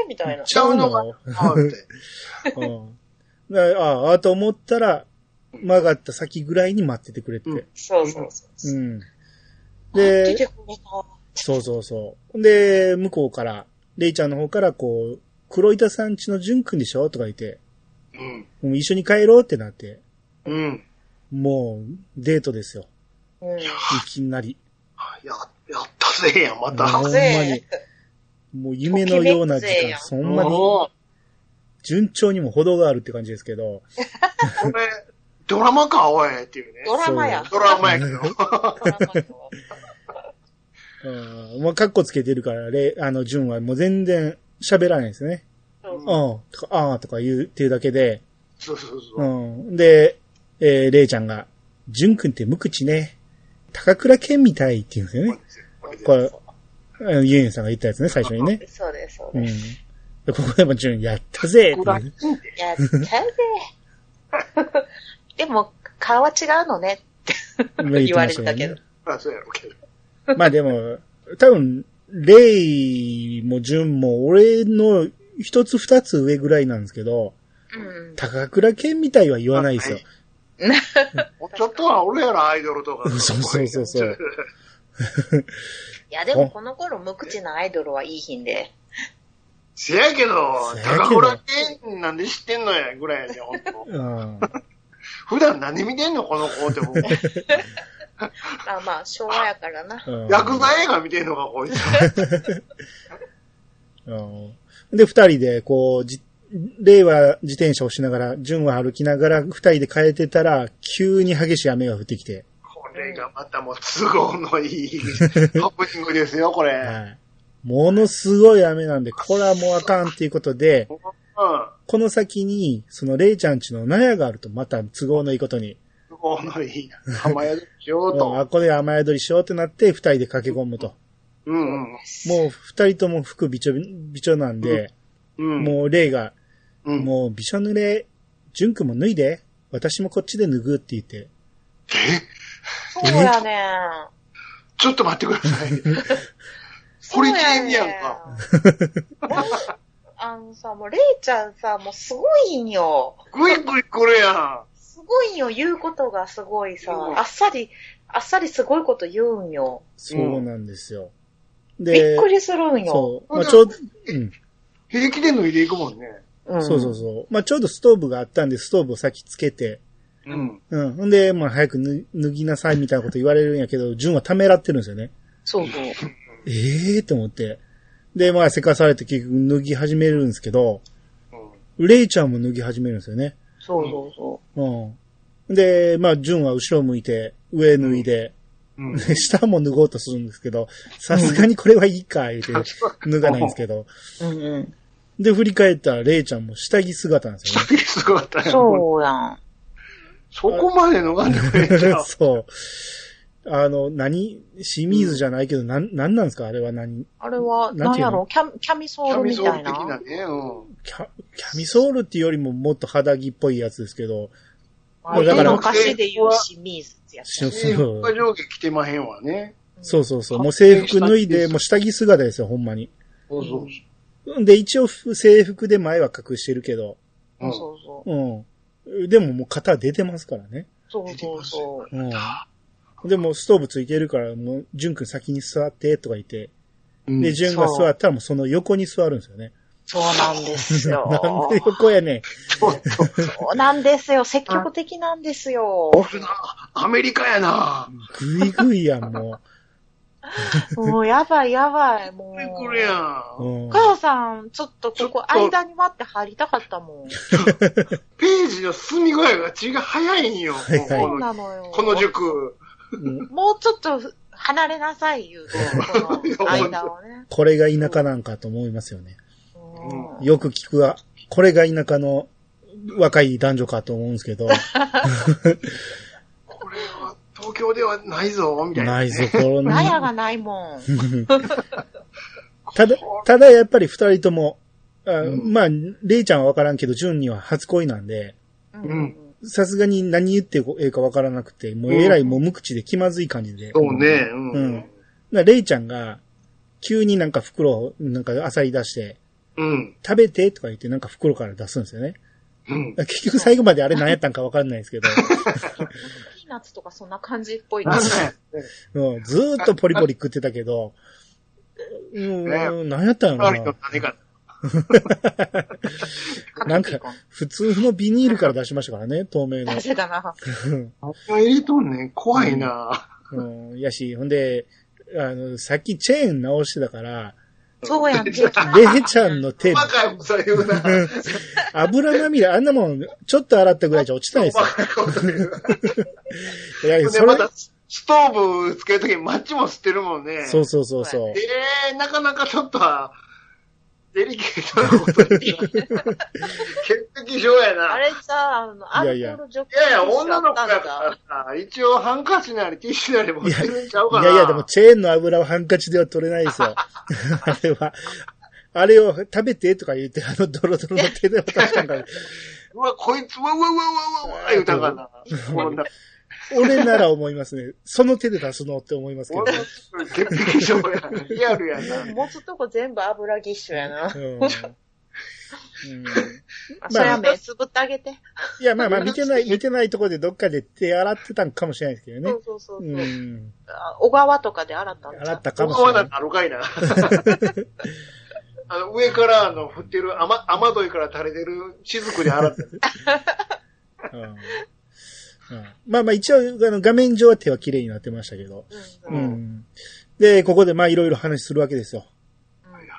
C: みたいな。
A: ちゃうの
B: あーって。
A: うん。だああ、と思ったら、曲がった先ぐらいに待っててくれて。
C: そうそうそうう。
A: ん。
C: 出
A: で、
C: てくれた。
A: そうそうそう。で、向こうから、レイちゃんの方から、こう、黒板さんちのジュン君でしょとか言って、
B: うん。
A: もう一緒に帰ろうってなって、
B: うん。
A: もう、デートですよ。
C: うん。
A: いきなり。
B: や、やったぜや、また。
A: ほんまに
C: ぜ
A: もう夢のような時
C: ときめくぜ
A: 間。
C: やん
A: そんまに、順調にも程があるって感じですけど、
B: これ、ドラマか、おい、っていうね。
C: ドラマや。
B: ドラマやけど。
C: ドラマよ
A: うん。まあ、カッコつけてるから、れ、あの、純はもう全然喋らないですね。
C: そう
A: うん。
C: そう
A: とか、ああとか言うっていうだけで、
B: そうそうそうう。
A: ん。で、えー、れいちゃんが、純くんって無口ね。高倉健みたいって言うんですよね。これ、あのユンユンさんが言ったやつね、最初にね。
C: そうです、そう
A: うん
C: です。。
A: でここでも純やったぜっていうね
C: やっちゃうぜ。 でも、顔は違うのねって言われてたけど。。
B: まあ、そうやろうけど。
A: まあでも、多分、レイもジュンも俺の一つ二つ上ぐらいなんですけど、
C: うん。
A: 高倉健みたいは言わないですよ。
B: もうちょっとは俺やろ、アイドルとか。
A: そうそうそうそう。
C: いや、でもこの頃無口なアイドルはいい品で。
B: せやけど
A: せや、けど
B: 高倉健なんで知ってんのや、ぐらいやね、ほんと。
A: うん。
B: 普段何見てんの、この子って思う。
C: まあまあ、昭和やからな。
A: うん
B: ヤクザ映画見てんのか、こい つ。
A: うんで、二人で、こう、じ、レイは自転車をしながら、ジュンは歩きながら、二人で帰ってたら、急に激しい雨が降ってきて、
B: これがまたもう都合のい いハプニングですよ、これ。
A: はい。ものすごい雨なんで、これはもうあかんっていうことで、
B: うん。
A: この先に、そのレイちゃんちの納屋があると、また都合のいいことに、
B: 都合のいい浜宿しよう
A: うんあ、
B: と。
A: これ雨宿りしようってなって、二人で駆け込むと。
B: うんうん。
A: もう二人とも服びちょびちょなんで、
B: うん。
A: もうレイが、
B: うん、
A: もうびしょ濡れ、ジュン君も脱いで、私もこっちで脱ぐって言って、
C: そうやねん。
B: ちょっと待ってくだ さい。これ記念やんか。
C: もうあのさ、もう、レイちゃんさ、もうすごいんよ。
B: グイグイ来るや
C: すごいんよ、言うことがすごいさ
B: う。ん
C: あっさり、あっさりすごいこと言うんよ。
A: そうなんですよ。
C: びっくりするんよ。
A: そう。まあ、ちょうど、うん。
B: ん。平気で脱いでいくもんね。
C: うん
A: そうそうそう。まあ、ちょうどストーブがあったんで、ストーブを先つけて、
B: うん。
A: うん。ほんで、まあ、早く脱脱ぎなさいみたいなこと言われるんやけど、ジュンはためらってるんですよね。
C: そうそう。
A: ええー、と思って。で、まあ、せかされて結局脱ぎ始めるんですけど、レイちゃんも脱ぎ始めるんですよね。
C: そうそうそ
A: うん。で、まあ、ジュンは後ろ向いて、上脱いで、
B: うん。うん。
A: で下も脱ごうとするんですけど、さすがにこれはいいか、言うて、 脱がないんですけど。
C: う。うんうん。
A: で、振り返ったら、レイちゃんも下着姿なんですよね。。
B: 下着すごかったね。もう
C: そうやん。
B: そこまで脱がんでくれちゃ う
A: そう。あの、何シミーズじゃないけど、なん、なんなんですかあれは何
C: あれは、
A: な
C: なんん
A: ていう
C: や
A: の
C: ろキャミキャミソ
B: キ
C: ー
B: ャ
C: ル
B: ミ
C: み
B: ソー
C: た
B: ル
C: い
B: 的な
C: な。
B: ね。うん。
A: キャキャミソールっていうよりももっと肌着っぽいやつですけど、
C: まあ
A: もうだから
C: 昔で言うシミーズってやつ。
A: し
B: 制
A: そ
B: 服が
A: う
B: 上下着てまへんわね。
A: そうそうそう、もう制服脱いで、もう下着姿ですよ、ほんまに。
B: そうそう
A: で、一応ふ制服で前は隠してるけど、
B: う
C: うんんそうそう。
A: うん。でももう肩出てますからね。
C: そうそうそう。
A: うん。でもストーブついてるから、もう、ジュン君先に座って、とか言って。
B: うん。
A: で、ジュンが
C: そう
A: 座ったらもうその横に座るんですよね。
C: そうなんです よ。
A: なんで横やねん。
B: ちょっと
C: そうなんですよ。積極的なんですよ。
B: アメリカやな。
A: ぐいぐいやん、も
C: もうやばいやばい。も
B: グイ
C: う。
B: グイ来るや
A: う。
B: ん。
A: うん
C: お母さん、ちょっとここ
B: ちょっと
C: 間に割って入りたかったもん。
B: ページの進み具合が違が早いんよ。
A: いはい
B: こ
C: そう
B: の
C: なのよ。
B: この塾。
A: うん
C: もうちょっと離れなさい、言うて、この間を ね。
A: これが田舎なんかと思いますよね。
C: うん
A: よく聞くわ。これが田舎の若い男女かと思うんですけど、
B: これは東京ではないぞ、みたいな。
A: ないぞ、この
C: 納屋がないもん。
A: ただ、ただやっぱり二人とも、あ
B: うん
A: まあ、レイちゃんはわからんけど、ジュンには初恋なんで、
C: うん
B: ん
A: さすがに何言ってええかわからなくて、もうえらいもう無口で気まずい感じで。
B: そうね。う
A: うんん。だからレイちゃんが、急になんか袋を、なんか漁り出して、
B: うん。
A: 食べてとか言ってなんか袋から出すんですよね。
B: うん。
A: 結局最後まであれ何やったんかわかんない ですけど、
C: ピーナッツとかそんな感じっぽい
B: な
C: なん
B: だよ。
A: うん、ずーっとポリポリ食ってたけど、うん、何やったんや
B: ある
A: ろ
B: 人
A: な。
B: 何か。
A: なんか普通のビニールから出しましたからね、透明の
C: 出。せたな。
B: 何が入れとんねん。怖いな。
A: うん、やし、ほんで、あの、さっきチェーン直してたから、
C: そうやんね。
A: レイちゃんの手、
B: バカやもん、そういうな。バ
A: 油まみれ、あんな もん、ちょっと洗ったぐらいじゃ落ちないです
B: カやこと言う。
A: よ。いや、
B: で、
A: それ
B: ま、た、ストーブつけるときにマッチも吸ってるもんね。
A: そうそうそうそう。
B: えー、なかなかちょっとは、デリケートなこと言って潔癖症やな。
C: あれさ、あの、アルコ
A: いやい
C: ー
A: や
C: ル除
B: いやいや、
C: 菌
B: 女の子
C: だ
B: や
C: ったん
B: か
C: だ。
B: らさ、一応ハンカチなりティッシュなり持ってるんちゃうか
A: い
B: な。
A: やいや、でもチェーンの油はハンカチでは取れないですよ。あれは。あれを食べてとか言って、あのドロドロの手で渡したんから、
B: うわ、こいつ、うわうわうわうわうわ、言うたかな。もうな
A: 俺なら思いますね。その手で出すのって思いますけど。
B: 俺も潔癖症やな。リアルやな。
C: 持つとこ全部油ぎっしょやな。
A: うんうん
C: あ、そりゃ目つぶってあげて。
A: いや、まあまあ、見てない、見てないところでどっかで手洗ってたんかもしれないですけど
C: そ
A: ね
C: う。そうそうそう。
A: うん。
C: あ小川とかで洗ったんちゃう
A: 洗ったかも
B: 僕
A: しれ
B: は
A: な
B: ないん。かある かいな。あの、上から、あの、振ってる、雨、雨どいから垂れてる雫で洗ってる。
A: うんうんまあまあ、一応、あの画面上は手は綺麗になってましたけど。
C: うん
A: う
B: うん
A: ん。で、ここでまあ、いろいろ話するわけですよ。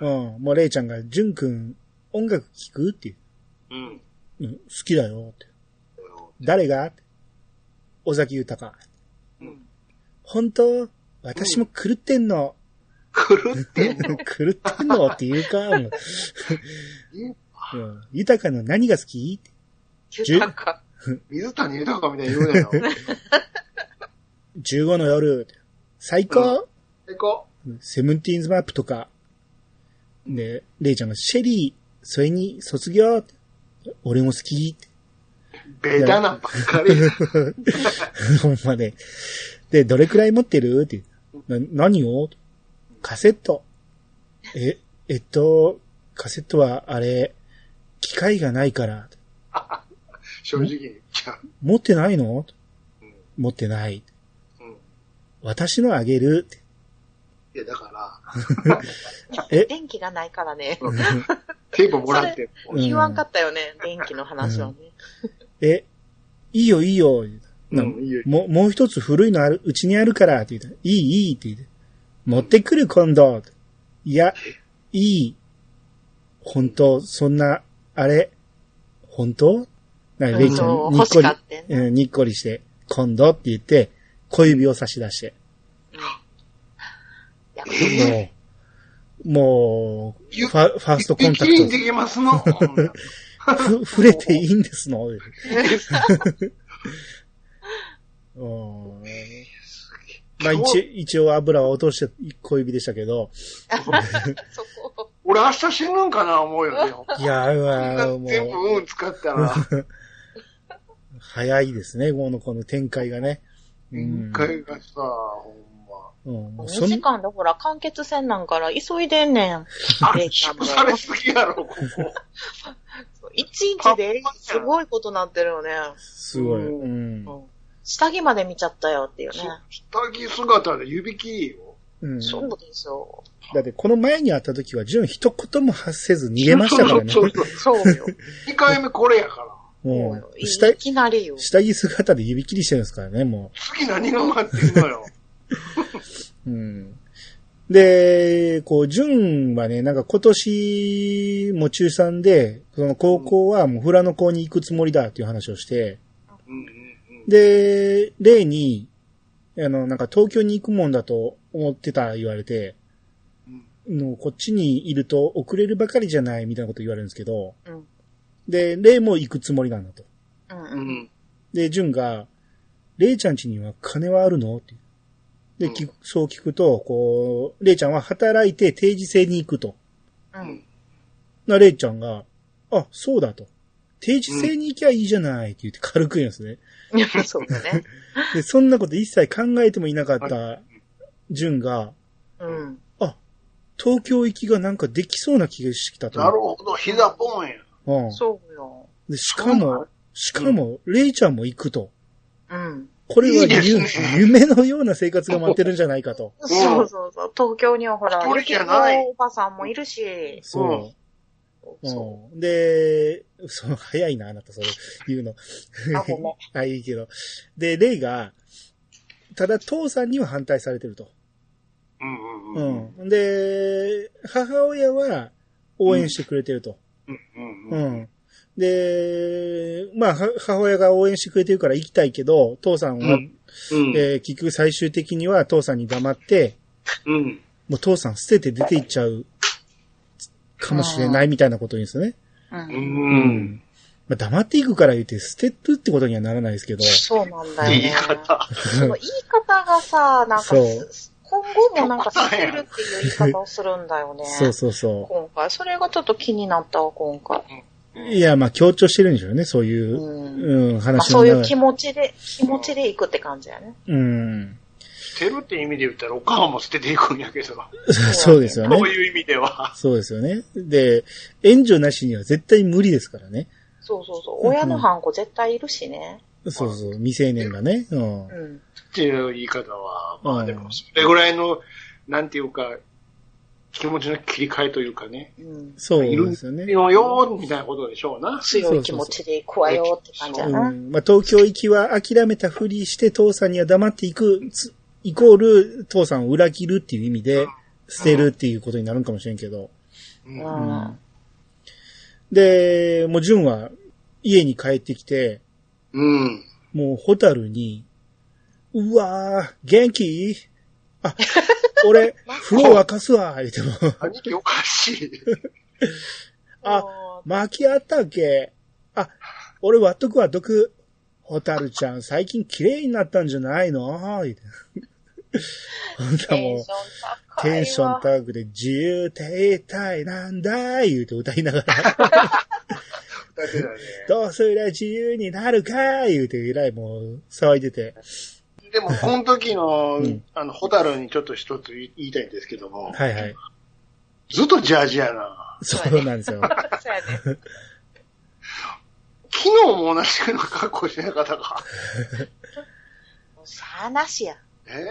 C: うん
A: うん。もう、レイちゃんが、ジュン君、音楽聴くっていう。
B: うん。
A: うん、好きだよって。誰がって尾崎豊。
B: うん
A: 本当私も狂ってんの。
B: 狂 ってんの。
A: 狂ってんのっていうか、もううん豊かの何が好きって
C: うんなんか、
B: 水谷豊みたいに言うなよ。
A: 15の夜。最高、
B: 最高。
A: セブンティーンズマップとか。で、レイちゃんがシェリー、それに卒業。俺も好き。
B: ベタなばっかり。
A: ほんまね。で、どれくらい持ってるってな何をカセット。え、えっと、カセットはあれ、機械がないから、
B: 正直に言っちゃう。
A: 持ってないの持ってない。
B: うん。
A: 私のあげる。
B: いや、だから、
A: え
C: 電気がないからね。
B: テープもらって。
A: うん
C: 言わんかったよね、電気の話はね。
A: え、いいよいいよ。
B: う、
A: なん
B: いいよ。
A: もう、もう一つ古いのある、うちにあるから、って言ったら、いい、いいって言って、持ってくる今度。いや、いい。本当そんな、あれ、本当なんか、レイちゃん、
C: そう
A: にっこ
C: 欲し
A: り
C: がって、ね
A: うん、にっこりして、今度って言って、小指を差し出して、
C: いや
A: もう、もう、ファファーストコンタ
B: 一気
A: ク
B: にできますの。
A: ト、ふ触れていいんですのうんまあ一一応油は落として小指でしたけど、
C: そこ。
B: 俺明日死ぬんかな、思うよね。
A: いやー、うわー
B: 全部
A: もう、
B: うん使ったら、
A: 早いですね、この、この展開がね。うん
B: 一回がさ、ほんま。
A: うん、もうそ
C: 2
A: ん
C: 時間でほら、完結せんなんから、急いでんねん。
B: あ
C: レ
B: れ、
C: イちゃんも
B: 縮されすぎやろ、ここ。
C: 一日ですごいことなってるよね。
A: すごい。うん。
C: うん下着まで見ちゃったよっていうね。
B: 下着姿で指切りよ。
A: うん、
C: そうですよ。
A: だって、この前に会った時は、純一言も発せず逃げましたからね。
B: そうそうそう
C: そうよ。
B: 二回目これやから。
C: そう
A: も
C: よ
A: う、下
C: い、きなりよ。
A: 下着姿で指切りしてるんですからね、も
B: 次何が待ってんの よ。
A: う。うん。で、こう、純はね、なんか今年も中3で、その高校はもう富良野校に行くつもりだっていう話をして、
B: うんうんうん。
A: で、例に、あの、なんか東京に行くもんだと思ってた言われて、
B: うん
A: のこっちにいると遅れるばかりじゃないみたいなこと言われるんですけど、
C: うん
A: で、レイも行くつもりなんだと。
C: う
B: う
C: んうん。
B: ん
A: で、ジュンが、レイちゃん家には金はあるのって。で、き
B: うん
A: そう聞くと、こう、レイちゃんは働いて定時制に行くと。
C: うん。
A: な、レイちゃんが、あ、そうだと。定時制に行きゃいいじゃないって言って軽く言うんですね。
C: そうだね。
A: で、そんなこと一切考えてもいなかったジュンが、
C: うん。
A: 東京行きがなんかできそうな気がしてきたと。
B: なるほど、膝ポンや。
A: うん。
C: そうよ。
A: で、しかも、しかも、レイちゃんも行くと。
C: うん。
A: これはい
B: いですね
A: ゆ夢のような生活が待ってるんじゃないかと。
C: そうそうそう。東京にはほら、
B: 一人じゃない
C: 雪のおばさんもいるし。
A: そう。
C: そ
A: うんで、その、早いな、あなた、それ、言うの。
C: う。あ、ごめん。
A: あ、いいけど。で、レイが、ただ、父さんには反対されてると。
B: うんうん
A: う
B: うん。
A: ん。で、母親は、応援してくれてると。
B: うんうん
A: う
B: うん。
A: ん。で、まあ、は母親が応援してくれてるから行きたいけど、父さんは
B: うんうん。
A: えー結局最終的には父さんに黙って、
B: うん。
A: もう父さん捨てて出て行っちゃうかもしれないみたいなことを言うんですよね。
C: う。
B: うんん。
A: まあ、黙っていくから言って捨てるってことにはならないですけど、
C: そうなんだよ、ね。
B: 言い方。
C: その言い方がさ、なんか
A: そう
C: す、今後もなんか捨てるっていう言い方をするんだよね。
A: そうそうそ
C: 今回。それがちょっと気になったわ、今回。
A: う。いや、まあ強調してるんでしょうね、そういう、
C: う
A: うん、
C: まあ、
A: 話
C: そ
A: の
C: う
A: 流れ。
C: いう気持ちで、気持ちで行くって感じやね。
A: うん。
B: 捨てるって意味で言ったら、お母も捨てていくんやけど、
A: そうですよ
B: そう
A: ね。
B: いう意味では。
A: そうですよね。で、援助なしには絶対無理ですからね。
C: そうそうそうう。
A: ん
C: 親のハンコ絶対いるしね。
A: そうそう、未成年がね。うん
C: う。ん。
B: っていう言い方は、まあで
A: う
B: も、
A: ん
B: それぐらいの、なんていうか、気持ちの切り替えというかね、
C: うん。
A: そう
B: い
A: で
B: る
A: すよね。
B: よよ、みたいなことでしょうな。
C: 強い気持ちで行くわよって感じや
A: う
C: な。
A: んまあ、東京行きは諦めたふりして父さんには黙っていく、つイコール父さんを裏切るっていう意味で捨てるっていうことになるんかもしれんけど。
B: うん
C: う
B: うん
C: ん。
A: で、もう純は家に帰ってきて、
B: うん。
A: もうホタルに、うわー、元気あ、 俺、風呂沸かすわ、言っても。
B: 兄貴おかし い。
A: あ、巻きあったっけあ、俺割っとくわっとく。ホタルちゃん、最近綺麗になったんじゃないの言うてほんと
C: テ
A: はも
C: ン
A: う
C: ション、高いわ。
A: テンション高くて、自由停滞なんだい言うて歌いながら、
B: だってだね。
A: どうすりゃ自由になるかい言うて、えらいもう騒いでて。
B: でも、この時の、
A: うん
B: あの、ホタルにちょっと一つ言いたいんですけども、
A: はいはい。
B: ずっとジャージやな。
A: そうなんですよ。
C: そうやね。
B: 昨日も同じような格好してなかったか。
C: もうしゃーなしや。
B: え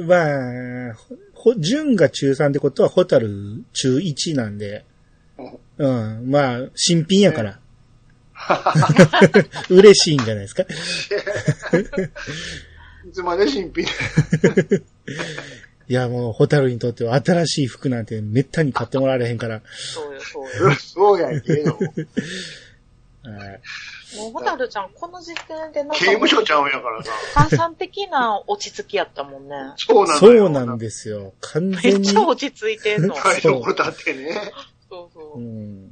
A: まあ、ほ、純が中3ってことは、ホタル中1なんで、うん、まあ、新品や から。嬉しいんじゃないですか。
B: いつまで新品で。
A: いや、もう、ホタルにとっては新しい服なんてめったに買ってもらわれへんから。
C: そうよ、そうよ。
B: そうやけ ど。
A: はい
C: もう、ホタルちゃん、この時点でなんか、
B: 刑務所ちゃうんやからさ。
C: 炭酸的な落ち着きやったもんね。
B: そうなんだ
A: そ
B: よ。
A: うなんですよ。完
C: め
A: 全
C: っ
A: に
C: ち。ゃ落ち着いてんの。
A: そ
B: はい、ところだってね。
C: そうそうう。
A: ん。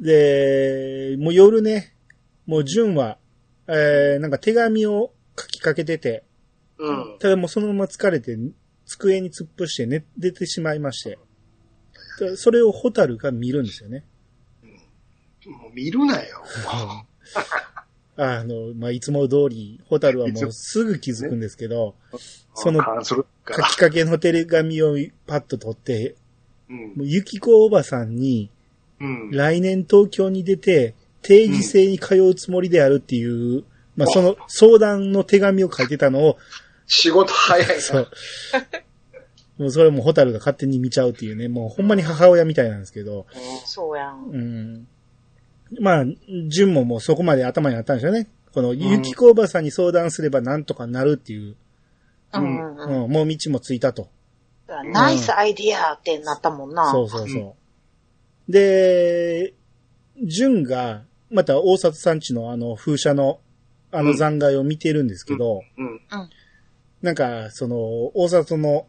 A: で、もう夜ね、もう純は、えー、なんか手紙を書きかけてて、
B: うん。
A: ただもうそのまま疲れて、机に突っ伏して寝、出てしまいまして。でそれをホタルが見るんですよね。
B: もう見るなよ。
A: あの、まあ、いつも通り、ホタルはもうすぐ気づくんですけど、その
B: 関するか
A: 書
B: ら。
A: きかけの手紙をパッと取って、
B: うん。
A: もうゆきこおばさんに、
B: うん。
A: 来年東京に出て、定時制に通うつもりであるっていう、まあ、その相談の手紙を書いてたのを、
B: 仕事早い
A: そ
B: な
A: う。もうそれもホタルが勝手に見ちゃうっていうね、もうほんまに母親みたいなんですけど、
C: そうやん。
A: うん。まあ、純ももうそこまで頭にあったんでしょうね。この、ゆきこおばさんに相談すればなんとかなるっていう、
C: うんうんうん。
A: うん、もう道もついたと。
C: ナイスアイディアってなったもんな。
A: そうそうそう。で、純が、また大里さんちのあの風車のあの残骸を見てるんですけど、
B: うん。
A: なんか、その、大里の、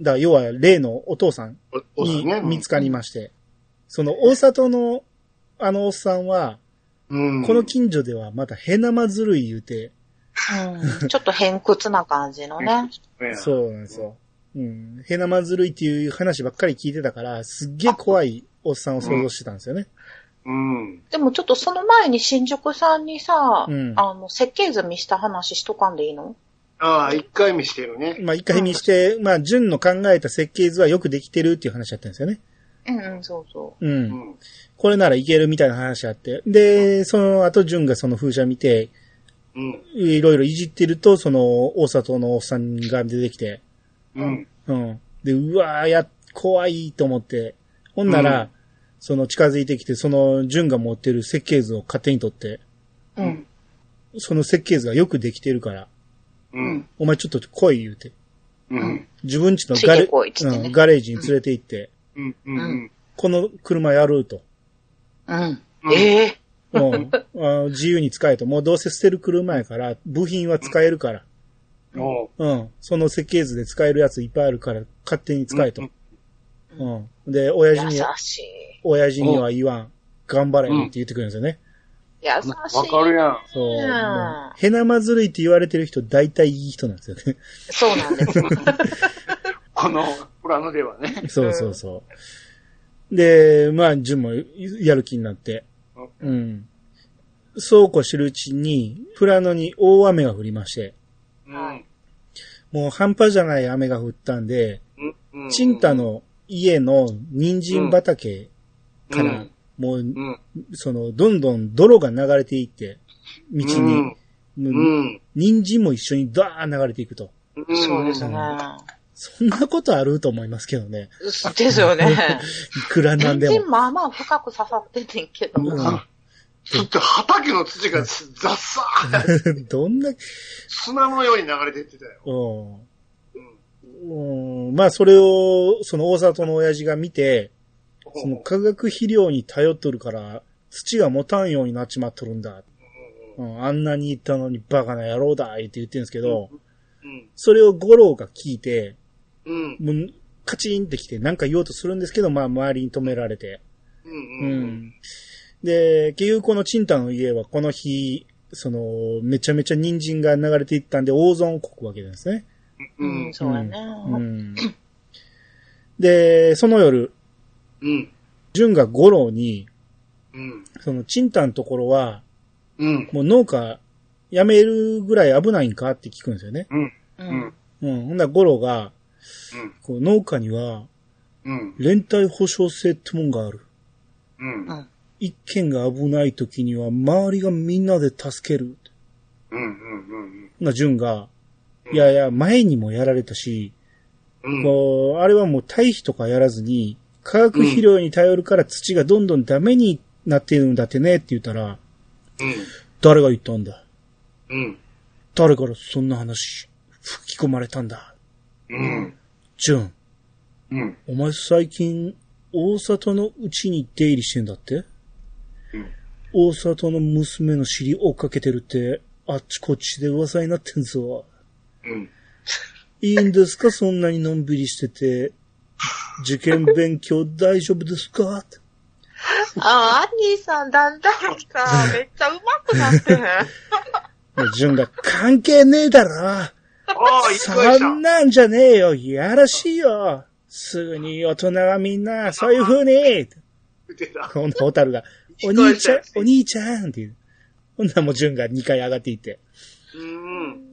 A: だ、要は例のお父さん
B: おお
A: に
B: ね。
A: 見つかりまして、その大里のあのおっさんは、
B: うん。
A: この近所ではまたヘナマずるい言うて、
C: うん。ちょっと偏屈な感じのね。
B: う。
A: そうなんですよ。うん。ヘナマずるいっていう話ばっかり聞いてたから、すっげえ怖いおっさんを想像してたんですよね。
B: うん。
C: でもちょっとその前に新宿さんにさ、
A: うん
C: あの、設計済みした話しとかんでいいの
B: ああ、一回見してるね。
A: まあ、一回見して、まあ、純の考えた設計図はよくできてるっていう話だったんですよね。
C: うんうん、そうそう。
A: う。
B: うんん。
A: これならいけるみたいな話あって。で、その後、純がその風車見て、
B: うん。
A: いろいろいじってると、その、大里のおっさんが出てきて、
B: うん。
A: うん。で、うわーや、怖いと思って。ほんなら、
B: うん
A: その近づいてきて、その純が持ってる設計図を勝手に取って、
C: うん。
A: その設計図がよくできてるから、
B: うん。
A: お前ちょっと来い言うて。
B: うん。
A: 自分ちのガレ,、
C: ついてこいっつってね
A: うん、ガレージに連れて行って、
B: うん。うん。
A: この車やると。
C: うん
B: う。ん
C: ええ
A: うんあ自由に使えと。もうどうせ捨てる車やから、部品は使えるから。
B: おう
A: うん。その設計図で使えるやついっぱいあるから、勝手に使えと
B: うん。
A: うん。で、親父
C: 優
A: に、
C: しい。
A: 親父には言わん。頑張れって言ってくるんですよね。
C: 優しい。
B: わかるやん。
A: そう。
C: うん
A: もうへなまずるいって言われてる人、大体いい人なんですよね。
C: そうなんです。
B: このフラノではね。
A: そうそうそう。で、まあ、順もやる気になって。うん。そうこうしてるうちに、富良野に大雨が降りまして、
B: うん。
A: もう半端じゃない雨が降ったんで、
B: うん。
A: チンタの家の人参畑か
B: う
A: ら
B: ん、
A: もう、
B: うん。
A: その、どんどん泥が流れていって、道に、
B: う。
A: もうん人参も一緒にダーン流れていくと。
B: うん。
C: そうですね。
A: そんなことあると思いますけどね。
C: ですよね。
A: いくらなん
C: 全
A: で
C: 然
A: も。
C: まあまあ深く刺さっててんけど。
A: うん
B: ちょっと畑の土がザッサー
A: どんな、
B: 砂のように流れていってたよ。
A: うん。
B: うん。
A: うんまあ、それを、その大里の親父が見て、その化学肥料に頼っとるから、土が持たんようになっちまっとるんだ。うん、あんなに言ったのにバカな野郎だって言ってるんですけど、
B: うん。
A: それを五郎が聞いて、
B: うん。
A: もう、カチンってきて何か言おうとするんですけど、まあ、周りに止められて。
B: うん。
A: う
B: うん。
A: ん。で、結局このチンタの家はこの日、その、めちゃめちゃ人参が流れていったんで、大損をこくわけなんですね。
B: う
C: うんん、。そうやね。
A: うん。で、その夜、
B: うん。
A: 純が五郎に、
B: うん。
A: その、チンタのところは、
B: うん。
A: もう農家、辞めるぐらい危ないんかって聞くんですよね。
B: うん。
C: う
B: うん。うん
C: ん。。
A: うん。ほんだら五郎が、こう農家には、
B: うん。
A: 連帯保証制ってもんがある。
B: うん。うん。
A: 一軒が危ない時には、周りがみんなで助ける。
B: うん。
A: ほんな、純が、
B: うん
A: いやいや、前にもやられたし、
B: うん。
A: こう、あれはもう堆肥とかやらずに、化学肥料に頼るから土がどんどんダメになっているんだってねって言ったら、誰が言ったんだ
B: うん。
A: 誰からそんな話、吹き込まれたんだ。
B: うん。
A: ジュン、
B: うん。
A: お前最近、大里のうちに出入りしてんだって
B: うん。
A: 大里の娘の尻追っかけてるって、あっちこっちで噂になってんぞ。
B: うん。
A: いいんですかそんなにのんびりしてて。受験勉強大丈夫ですかって
C: あ、アンニーさん、だんだんさ、めっちゃ上手くなってね。
A: もうジュンが関係ねえだろ。
B: ああ、いっぱいし
A: そんなんじゃねえよ。いやらしいよ。すぐに大人はみんな、そういう風に。
B: た。
A: ほんな、ホタルが、お
B: 聞こえ
A: 兄ち
B: ちゃ
A: ゃん
B: う、
A: お兄ちゃんっていう。ほんならもう順が2回上がっていって、
B: うん。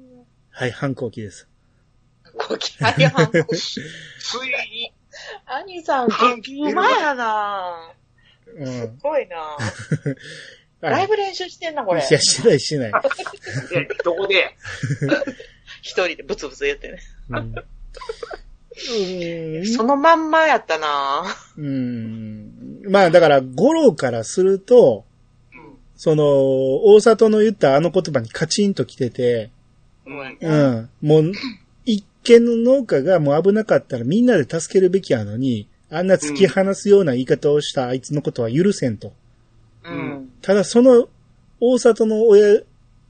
A: はい、反抗期です。
C: ごきげんよう
B: ついに、
C: アンニーさん、激うまやな
A: う
C: すっ
A: ん。
C: ごいなだ
A: あ
C: いぶ練習してんな、これ。
A: いや、してない、してない。
B: どこで
C: 一人でブツブツ言ってね。
A: うん。うん
C: そのまんまやったな
A: うん。まあ、だから、五郎からすると、その、大里の言ったあの言葉にカチンと来てて、
B: うん。
A: うん。もう、一軒の農家がもう危なかったらみんなで助けるべきやのに、あんな突き放すような言い方をしたあいつのことは許せんと。
C: うん。
A: ただその、大里の親、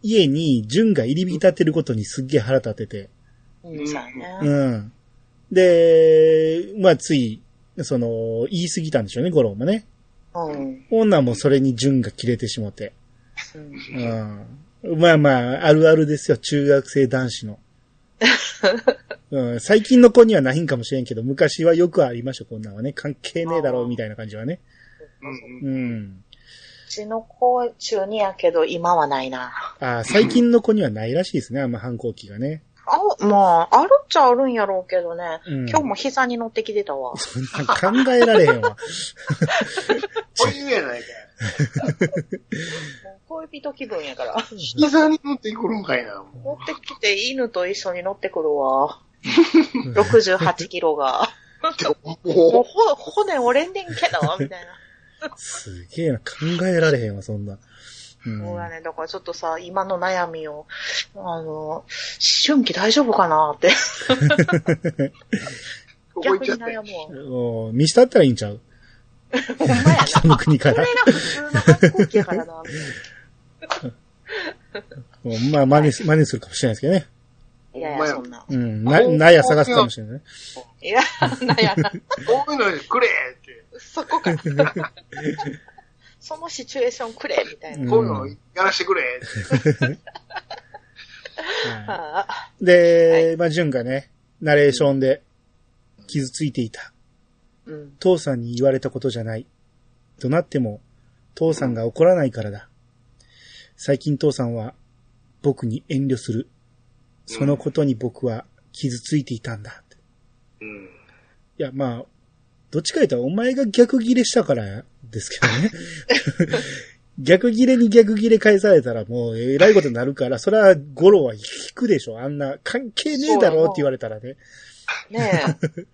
A: 家に、純が入り浸ってることにすっげえ腹立てて。
C: うん。そうや
A: う
C: ね。
A: ん。で、まあ、つい、その、言い過ぎたんでしょうね、五郎もね。
C: うん。
A: 女もそれに純が切れてしもて。
C: うん
A: うん。まあまあ、あるあるですよ、中学生男子 の。うん、最近の子にはないんかもしれんけど、昔はよくありました、こんなんはね。関係ねえだろう、みたいな感じはね。
B: うん。
A: うん。
C: うちの子中にやけど、今はないな。
A: ああ、最近の子にはないらしいですね、あんま反抗期がね。
C: あ、まあ、あるっちゃあるんやろうけどね。
A: うん
C: 今日も膝に乗ってきてたわ。
A: そんな考えられへんわ。
B: そういうやないか。
C: 恋人気分やから。
B: 膝に乗っていくのかいな。
C: 持ってきて犬と一緒に乗ってく るわ。68キロが。もう
B: も
C: ほ骨折れんねんけど、みたいな。
A: すげえな、考えられへんわ、そんな。うん
C: そうだね。だからちょっとさ、今の悩みを、あの、思春期大丈夫か なって。
B: う、ここ行
C: 逆
B: っ
C: に
B: ちゃった
C: 悩むわ。
A: お見したったらいいんちゃう
C: ほんまやな。
A: 北の国か
C: こ
A: ら
C: れ。が普通の反抗期やからな。
A: うんまあ、真似す、真似するかもしれないですけどね。
C: いやい
B: ほんま
C: や、
B: や
C: そんな。
A: うん。な、納屋探すかもしれないね。
C: いや、なん やな。
B: こういうのくれって、
C: そこか。そのシチュエーションくれ、みたいな。
B: こういうのやらしてくれって。
A: は
C: ああ
A: いで、まあ、純がね、ナレーションで、傷ついていた。
C: うん。
A: 父さんに言われたことじゃない。となっても、父さんが怒らないからだ。最近父さんは、僕に遠慮する。そのことに僕は傷ついていたんだ。
B: うん。
A: いや、まあ、どっちか言ったらお前が逆ギレしたからですけどね。 逆ギレに逆ギレ返されたらもうえらいことになるから、それはゴロは引くでしょ。あんな関係ねえだろって言われたらね。
C: ね え。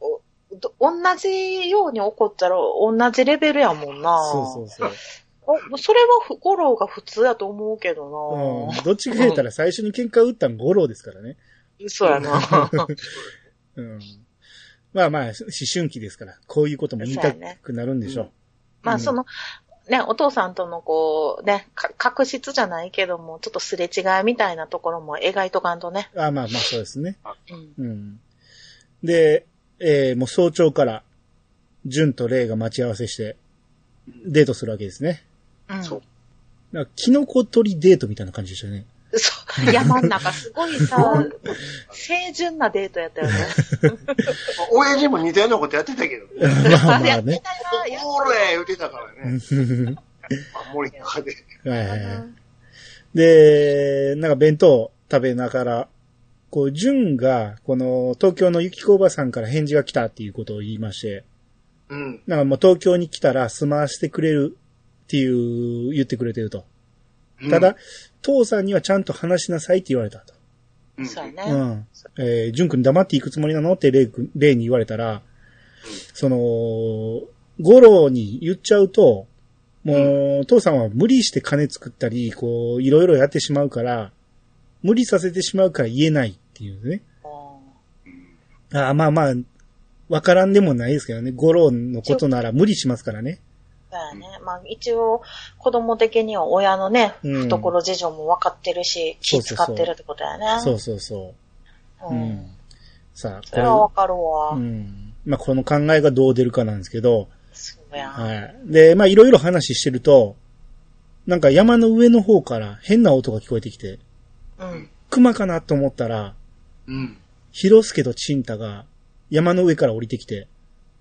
C: おど同じように怒ったら同じレベルやもんな。
A: そうそうそう。
C: おそれはふ五郎が普通やと思うけど
A: うん、どっちか言ったら最初に喧嘩打ったんゴロですからね。
C: な。そうやな。
A: うん。まあまあ、思春期ですから、こういうことも言いたくなるんでしょ
C: まあその、ね、お父さんとのこう、ね、か確執じゃないけども、ちょっとすれ違いみたいなところも描いとかんとね。
A: う。あまあまあ、そうですね。
C: うん。
A: うん。で、えーもう早朝から、純とレイが待ち合わせして、デートするわけですね。
C: うん。
B: そう
A: なんかキノコ取りデートみたいな感じでしたね。
C: そう。山の中すごいさ、清純なデートやったよね。
B: 親父も似たようなことやってたけど、
A: まあま
C: や
A: あ
C: って
A: ね。
C: たよ、や
B: おーれ言ってたからね。
A: は
B: 守りの中で。
A: いはい
C: っ
A: は
C: た
A: い。で、なんか弁当を食べながら、こう、純が、この、東京の雪子おばさんから返事が来たっていうことを言いまして、
B: うん。
A: なんかもう東京に来たら住まわしてくれるっていう、言ってくれてると。ただ、父さんにはちゃんと話しなさいって言われたと。
B: うん、
C: そうや
A: う
C: ね。
A: ん。えー、淳君黙っていくつもりなのってレイ君、レイに言われたら、その、ゴロに言っちゃうと、もう、父さんは無理して金作ったり、こう、いろいろやってしまうから、無理させてしまうから言えないっていうね。あーまあまあ、わからんでもないですけどね。ゴロのことなら無理しますからね。
C: そうやね。まあ一応、子供的には親のね、
A: うん
C: 懐事情も分かってるし、
A: そ
C: 気
A: うそう
C: 使
A: そう
C: ってるってことやね。
A: そうそうそうう。うんん。さあ、
C: それは分かるわ。
A: うん。まあ、この考えがどう出るかなんですけど、
C: そうやん。
A: はい。で、まあ、いろいろ話してると、なんか山の上の方から変な音が聞こえてきて、
C: うん。
A: 熊かなと思ったら、
B: うん。
A: ヒロスケとチンタが山の上から降りてきて、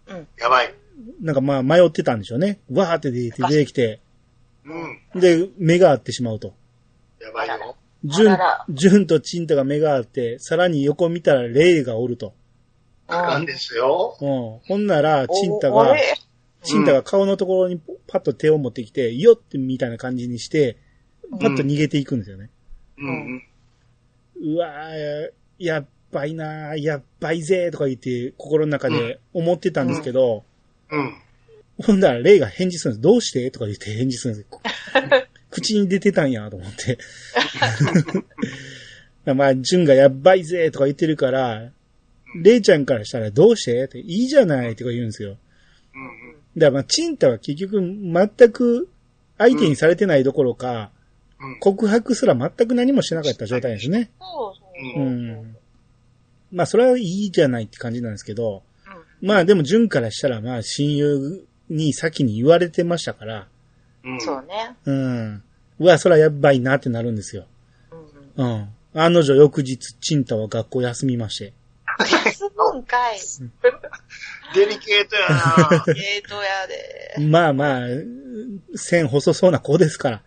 C: うん。
B: やばい。
A: なんかまあ迷ってたんでしょうね。わーって出て出てきて、
B: うん。
A: で、目が合ってしまうと。
B: やばいよ。
A: ジュ
C: あ
A: ン
C: らら、
A: ジュンとチンタが目が合って、さらに横見たらレイがおると。
B: なんですよ。
A: うん。ほんなら、チンタが、
C: おあれ
A: チンタが顔のところにパッと手を持ってきて、よってみたいな感じにして、パッと逃げていくんですよね。
B: うん。
A: うわーやっばいなーやっばいぜーとか言って、心の中で思ってたんですけど、
B: うん。
A: ほんだら、レイが返事するんです。どうしてとか言って返事する んですこ口に出てたんやと思って。 まあ、ジュンがやっばいぜーとか言ってるから、レイちゃんからしたらどうしてって、いいじゃないとか言うんですよ。
B: うん。
A: だからまあ、チンタは結局全く相手にされてないどころか、
B: うん。
A: 告白すら全く何もしてなかった状態ですね。
C: そうそう
A: う
C: そう。
A: ん。まあ、それはいいじゃないって感じなんですけど、まあでも、純からしたら、まあ、親友に先に言われてましたから、
B: うん。
C: そうね。
A: うん。うわ、それはやばいなってなるんですよ。
C: うん。
A: うん。案の定、翌日、チンタは学校休みまして。
C: 休むんかい。
B: デリケートやな
C: ゲートやで。
A: まあまあ、線細そうな子ですから。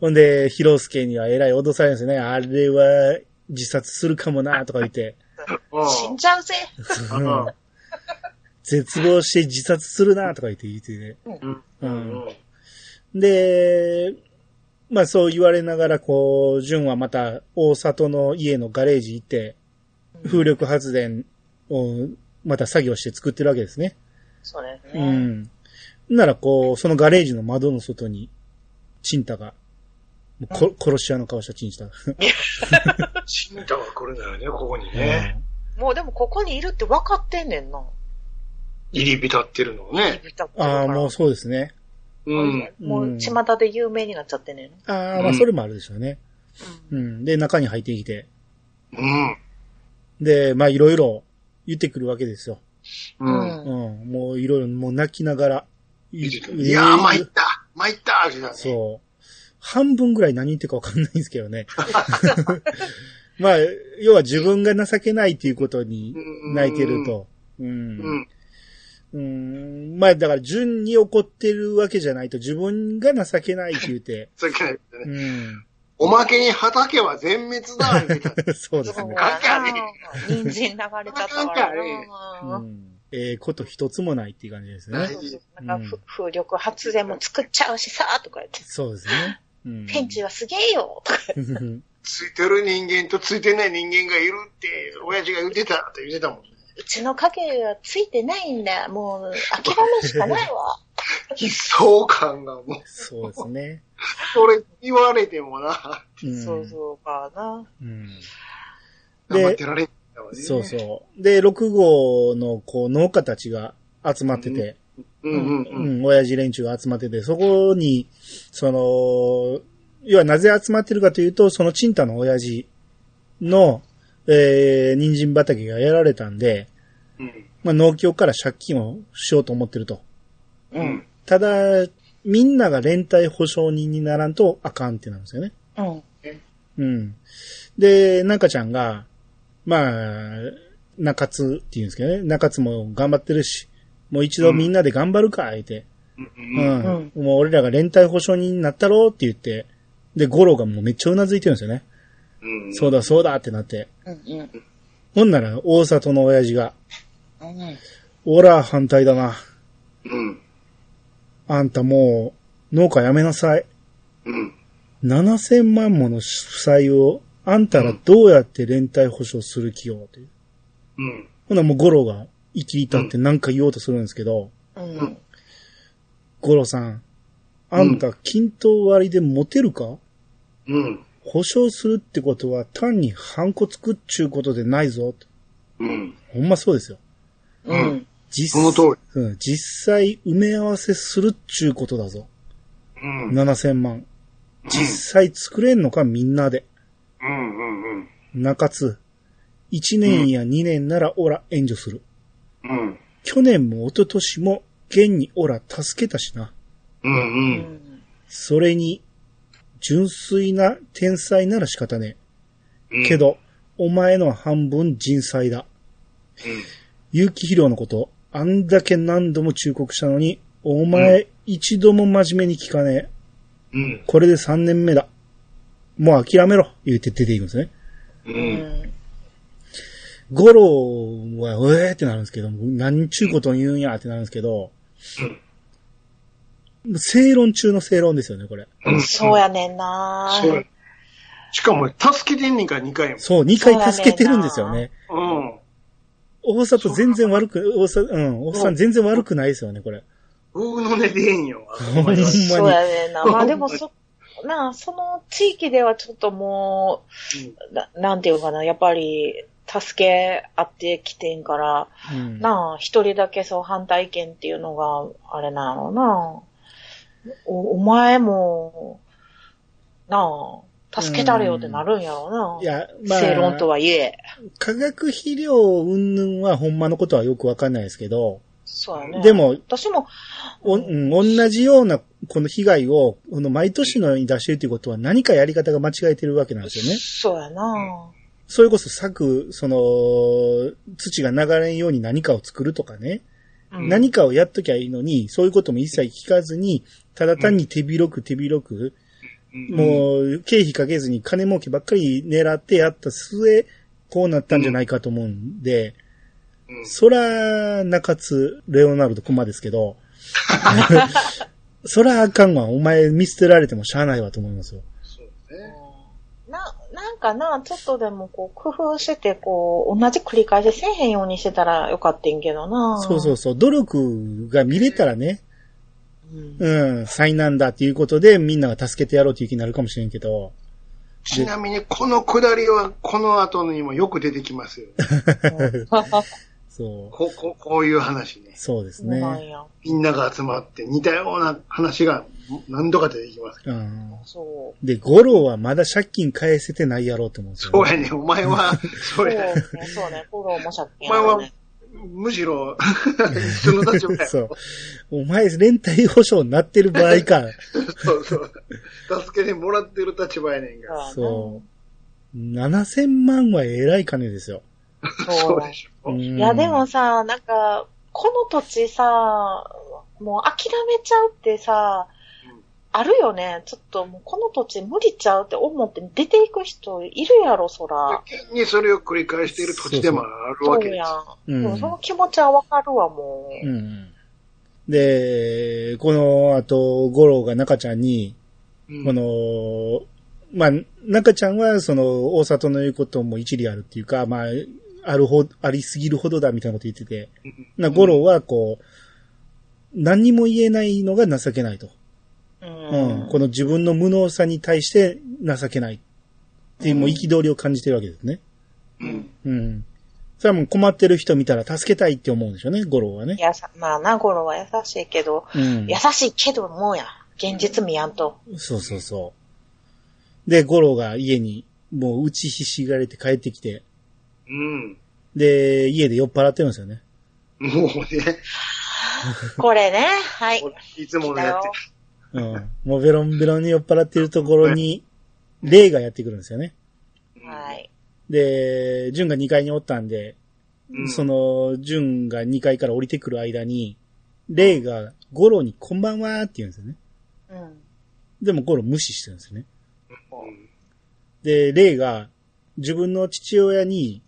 A: ほんで、ヒロスケにはえらい脅されるんですよね。あれは、自殺するかもな、とか言って。
C: 死んじゃうぜ。
A: うん絶望して自殺するな、とか言って言ってね。
B: うん。
A: で、まあそう言われながら、こう、純はまた大里の家のガレージ行って、風力発電をまた作業して作ってるわけですね。
C: それ
A: う
C: ね。
A: ん。ならこう、そのガレージの窓の外に、チンタが、もうこ殺し屋の顔したチンタが。
B: 死んだは来るんだよね、ここにね。
C: もうでもここにいるって分かってんねんな。
B: 入り浸ってるのをね。
A: ああ、もう
C: う、
A: そうですね。
B: うん。
C: も
A: うん
C: う、巷で有名になっちゃってね。
A: ああ、
B: う
A: まあ、
B: ん
A: それもあるでしょうね。うん。で、中に入ってきて、
B: うん。
A: で、まあ、いろいろ言ってくるわけですよ。
B: う。
C: うん。
A: うんん。もう、いろいろ、もう泣きながら。い
B: いやー、参った参った味だね。
A: そう。半分ぐらい何言ってるかわかんないんですけど ね。まあ、要は自分が情けないっていうことに泣いてると。う。
B: うんん。
A: うん。まあ、だから順に怒ってるわけじゃないと自分が情けないって言 って。
B: さっきのやつね
A: うん。
B: おまけに畑は全滅だみたいな
A: そうです
C: そう
A: ね。
C: やな人参流れちゃった
B: な
C: か
B: んからあれ
A: う
C: な。うん
A: ん。ええこと一つもないっていう感じです
B: は
A: ね
B: い。
C: なんかふ風力発電も作っちゃうしさ、とか言って。
A: そうですね。うん。
C: ペンチはすげえよ、とか
B: ついてる人間とついてない人間がいるって、親父が言ってたって言ってたもんね。
C: うちの影はついてないんだ。もう、諦めしかないわ。
B: 悲壮感がもう、
A: そうですね。
B: それ言われてもな、
A: うん
C: そうそうかな。
A: うん。で
B: 頑張ってられんだわね。
A: そうそう。で、6号のこう農家たちが集まってて、
B: う。うんうん
A: う
B: うん。
A: ん、親父連中が集まってて、そこに、その、要はなぜ集まってるかというと、そのチンタの親父の、えー、人参畑がやられたんで、
B: うん。
A: まあ農協から借金をしようと思ってると。
B: うん。
A: ただ、みんなが連帯保証人にならんとあかんってなんですよね。
C: うん。
A: うん。で、中ちゃんが、まあ、中津って言うんですけどね。中津も頑張ってるし、もう一度みんなで頑張るか、言って。
B: うん
A: う
B: う
A: ん。
B: ん。
A: もう俺らが連帯保証人になったろうって言って。で、ゴロがもうめっちゃうなずいてるんですよね。
B: うん。
A: そうだそうだってなって。
C: うん。
A: ほんなら、大里の親父が、
C: うん。
A: おら、反対だな。
B: うん。
A: あんたもう、農家やめなさい。
B: うん。
A: 7000万もの負債を、あんたらどうやって連帯保証する気よ、という。
B: うん。
A: ほなもうゴロが生きりたって何か言おうとするんですけど、
C: うん。
A: ゴロさん、あんた均等割りでモテるか、
B: うん。
A: 保証するってことは単にハンコつくっちゅうことでないぞ。
B: うん。
A: ほんまそうですよ。
C: うん。
A: 実
B: その通
A: り。うん、実際埋め合わせするっちゅうことだぞ。
B: うん。うん。
A: 7000万。実際作れんのかみんなで。
B: うん。うん。
A: 中津。1年や2年ならオラ援助する。
B: うん。
A: 去年も一昨年も現にオラ助けたしな。
B: うん。う。
C: うんん。
A: それに、純粋な天才なら仕方ね
B: うん
A: え。け。ど、お前のは半分人災だ。有機肥料のこと、あんだけ何度も忠告したのに、お前一度も真面目に聞かねえ。
B: うん。
A: これで3年目だ。もう諦めろ。言うて出ていくんですね。
B: う。
C: うんん。
A: ゴロは、えーってなるんですけど、何ちゅうことを言うんやってなるんですけど、正論中の正論ですよね、これ。
B: うん。
C: そうやねんな
B: そうや。しかも、助けてんねんから2回
A: そう、2回助けてるんですよね。
B: も。
A: 大里全然悪く、大さうん、おっさん全然悪くないですよね、これ。
B: うん。うのねでえんよ。
A: ほんまに。
C: そうやねんな。まあでもそ、なあ、その地域ではちょっともう、ななんていうかな、やっぱり、助け合ってきてんから、
A: うん
C: なあ、一人だけそう反対意見っていうのが、あれなのなお、お前も、なあ、助けたれよってなるんやろうな。
A: いや、まあ、
C: 正論とはいえ。
A: 化学肥料云々はほんまのことはよくわかんないですけど、
C: そうやね。
A: で、も、
C: 私も、
A: おうん、同じような、この被害を、この毎年のように出してるということは何かやり方が間違えてるわけなんですよね。
C: そうやな。
A: それこそ作、その、土が流れんように何かを作るとかね。
C: うん
A: 何かをやっときゃいいのに、そういうことも一切聞かずに、ただ単に手広く手広く、もう、経費かけずに金儲けばっかり狙ってやった末、こうなったんじゃないかと思うんで、
B: うん
A: そら、中津、レオナルド、コマですけど、そらあかんわ、お前見捨てられてもしゃあないわと思いますよ。
B: そうね。
C: な、なんかな、ちょっとでもこう、工夫してて、こう、同じ繰り返しせえへんようにしてたらよかったんけどな。
A: そうそうそう、努力が見れたらね、
C: うん。
A: うん、災難だっていうことで、みんなが助けてやろうという気になるかもしれんけど、
B: ちなみに、このくだりは、この後にもよく出てきますよ。
A: そう。
B: こここういう話ね。
A: そうです
C: そうなん
A: ね。
C: や。
B: みんなが集まって似たような話が何度か出てきます。
A: うん。
C: そう。
A: で、ゴロはまだ借金返せてないやろうと思うんですよ
B: そうやね、お前は、そ
C: そう
B: う
C: ね
B: や。、
C: そうね、フォローも借
B: お
C: 金
B: 前
C: あ
B: は
C: るね。、
B: むしろ、 一緒の立場や。
A: そう。お前、連帯保証になってる場合か。
B: そうそう。助けてもらってる立場やねんが。
A: そう。7000万はえらい金ですよ。
C: う
B: そ
C: そうう
B: で
C: ね。
B: しょ。
A: い
C: いや、でも、さ、なんか、この土地さ、もう諦めちゃうってさ
B: うん、
C: あるよね。ちょっともうこの土地無理ちゃうって思って出ていく人いるやろ、そら。
B: 現にそれを繰り返している土地でもあるわ
C: そ
B: け
C: う
B: で
C: や
B: す。
C: ん。
A: う
C: でも
A: ん
C: その気持ちはわかるわ、もう。
A: うん。で、この後、ゴロが中ちゃんに、
B: うん
A: この、まあ、中ちゃんは、その、大里の言うことも一理あるっていうか、まあ、あるほ、ありすぎるほどだみたいなこと言ってて、な、ゴロは、こう、何にも言えないのが情けないと。う
C: う
A: ん
C: ん。
A: この自分の無能さに対して情けないっていう、もう憤りを感じてるわけですね。
B: うん
A: うん。それはもう困ってる人見たら助けたいって思うんでしょうね、ゴロはね
C: い。やさ、まあ、なゴロは優しいけど、
A: うん
C: 優。しいけどもうや、現実見やんと。
A: そうそうそう。で、ゴロが家に、もう打ちひしがれて帰ってきて、
B: うん。
A: で、家で酔っ払ってるんですよね。
B: もうね、
C: これね、はい。
B: いつものやって
A: うん。もうベロンベロンに酔っ払ってるところに、霊がやってくるんですよね。
B: る。
C: はい。
A: で、ジュンが2階におったんで、
B: うん
A: そ、の、ジュンが2階から降りてくる間に、レイがゴロにこんばんはって言うんですよね。
C: うん。
A: でもゴロ無視してるんですよね。
B: うん
A: で、レイが自分の父親に、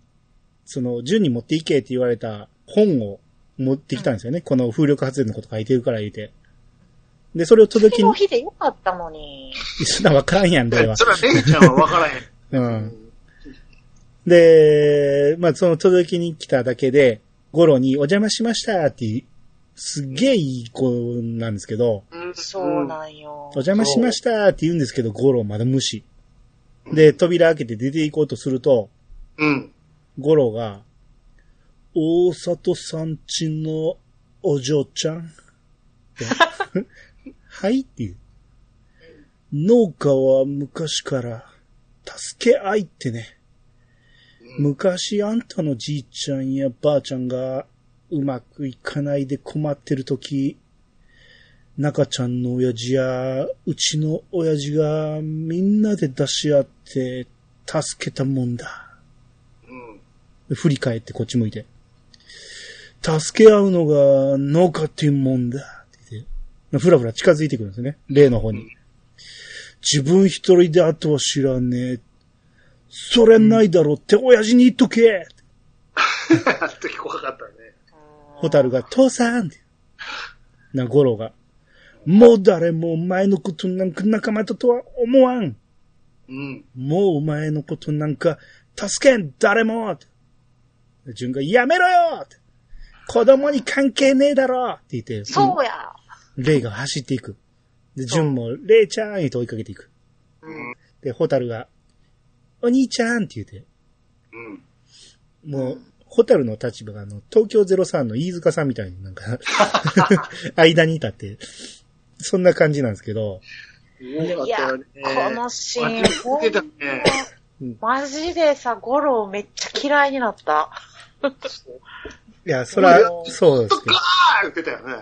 A: その、ジュンに持っていけって言われた本を持ってきたんですよね。この風力発電のこと書いてるから言うて。で、それを届
C: 次
A: き
C: の
A: に、
C: 日でよかったのに。
A: そんなわからんやん、
B: そ
A: レイは。
B: れはレイちゃんは分からへん。
A: うん。で、まあ、その届きに来ただけで、ゴロにお邪魔しましたって、すっげえいい子なんですけど、
B: うん。
C: そうなんよ
A: お。邪魔しましたって言うんですけど、ゴロまだ無視。で、扉開けて出て行こうとすると、
B: うん。
A: ゴロが、大里さんちのお嬢ちゃんって はいっていう。農家は昔から助け合いってね。昔あんたのじいちゃんやばあちゃんがうまくいかないで困ってる時、中ちゃんの親父やうちの親父がみんなで出し合って助けたもんだ。
B: うん。
A: 振り返ってこっち向いて。助け合うのが農家っていうもんだ。って言ってふらふら近づいてくるんですね。例の方に。自分一人であとは知らねえ。それないだろって親父に言っとけ
B: あの時怖かったね。
A: ホタルが、父さんってな、ゴロが。もう誰もお前のことなんか仲間だとは思わん
B: うん。
A: もうお前のことなんか、助けん、誰もって順が、やめろよって子供に関係ねえだろって言って、
C: そうや。
A: レイが走っていく。で、順も、レイちゃん言って追いかけていく。
C: うん。
A: で、ホタルが、お兄ちゃんって言って、
B: うん。
A: もう、ホタルの立場が、あの、東京03の飯塚さんみたいになんか、間に立って、そんな感じなんですけど、
B: 多
C: い
B: かった
C: や、
B: よね。
C: このシ
B: あ
C: ー
B: れ
C: ン
B: 見てたね、
A: うん
C: マジでさ、ゴロめっちゃ嫌いになった。
A: いや、そら
C: いや、
A: そうですけど、
B: ああ言ってたよね。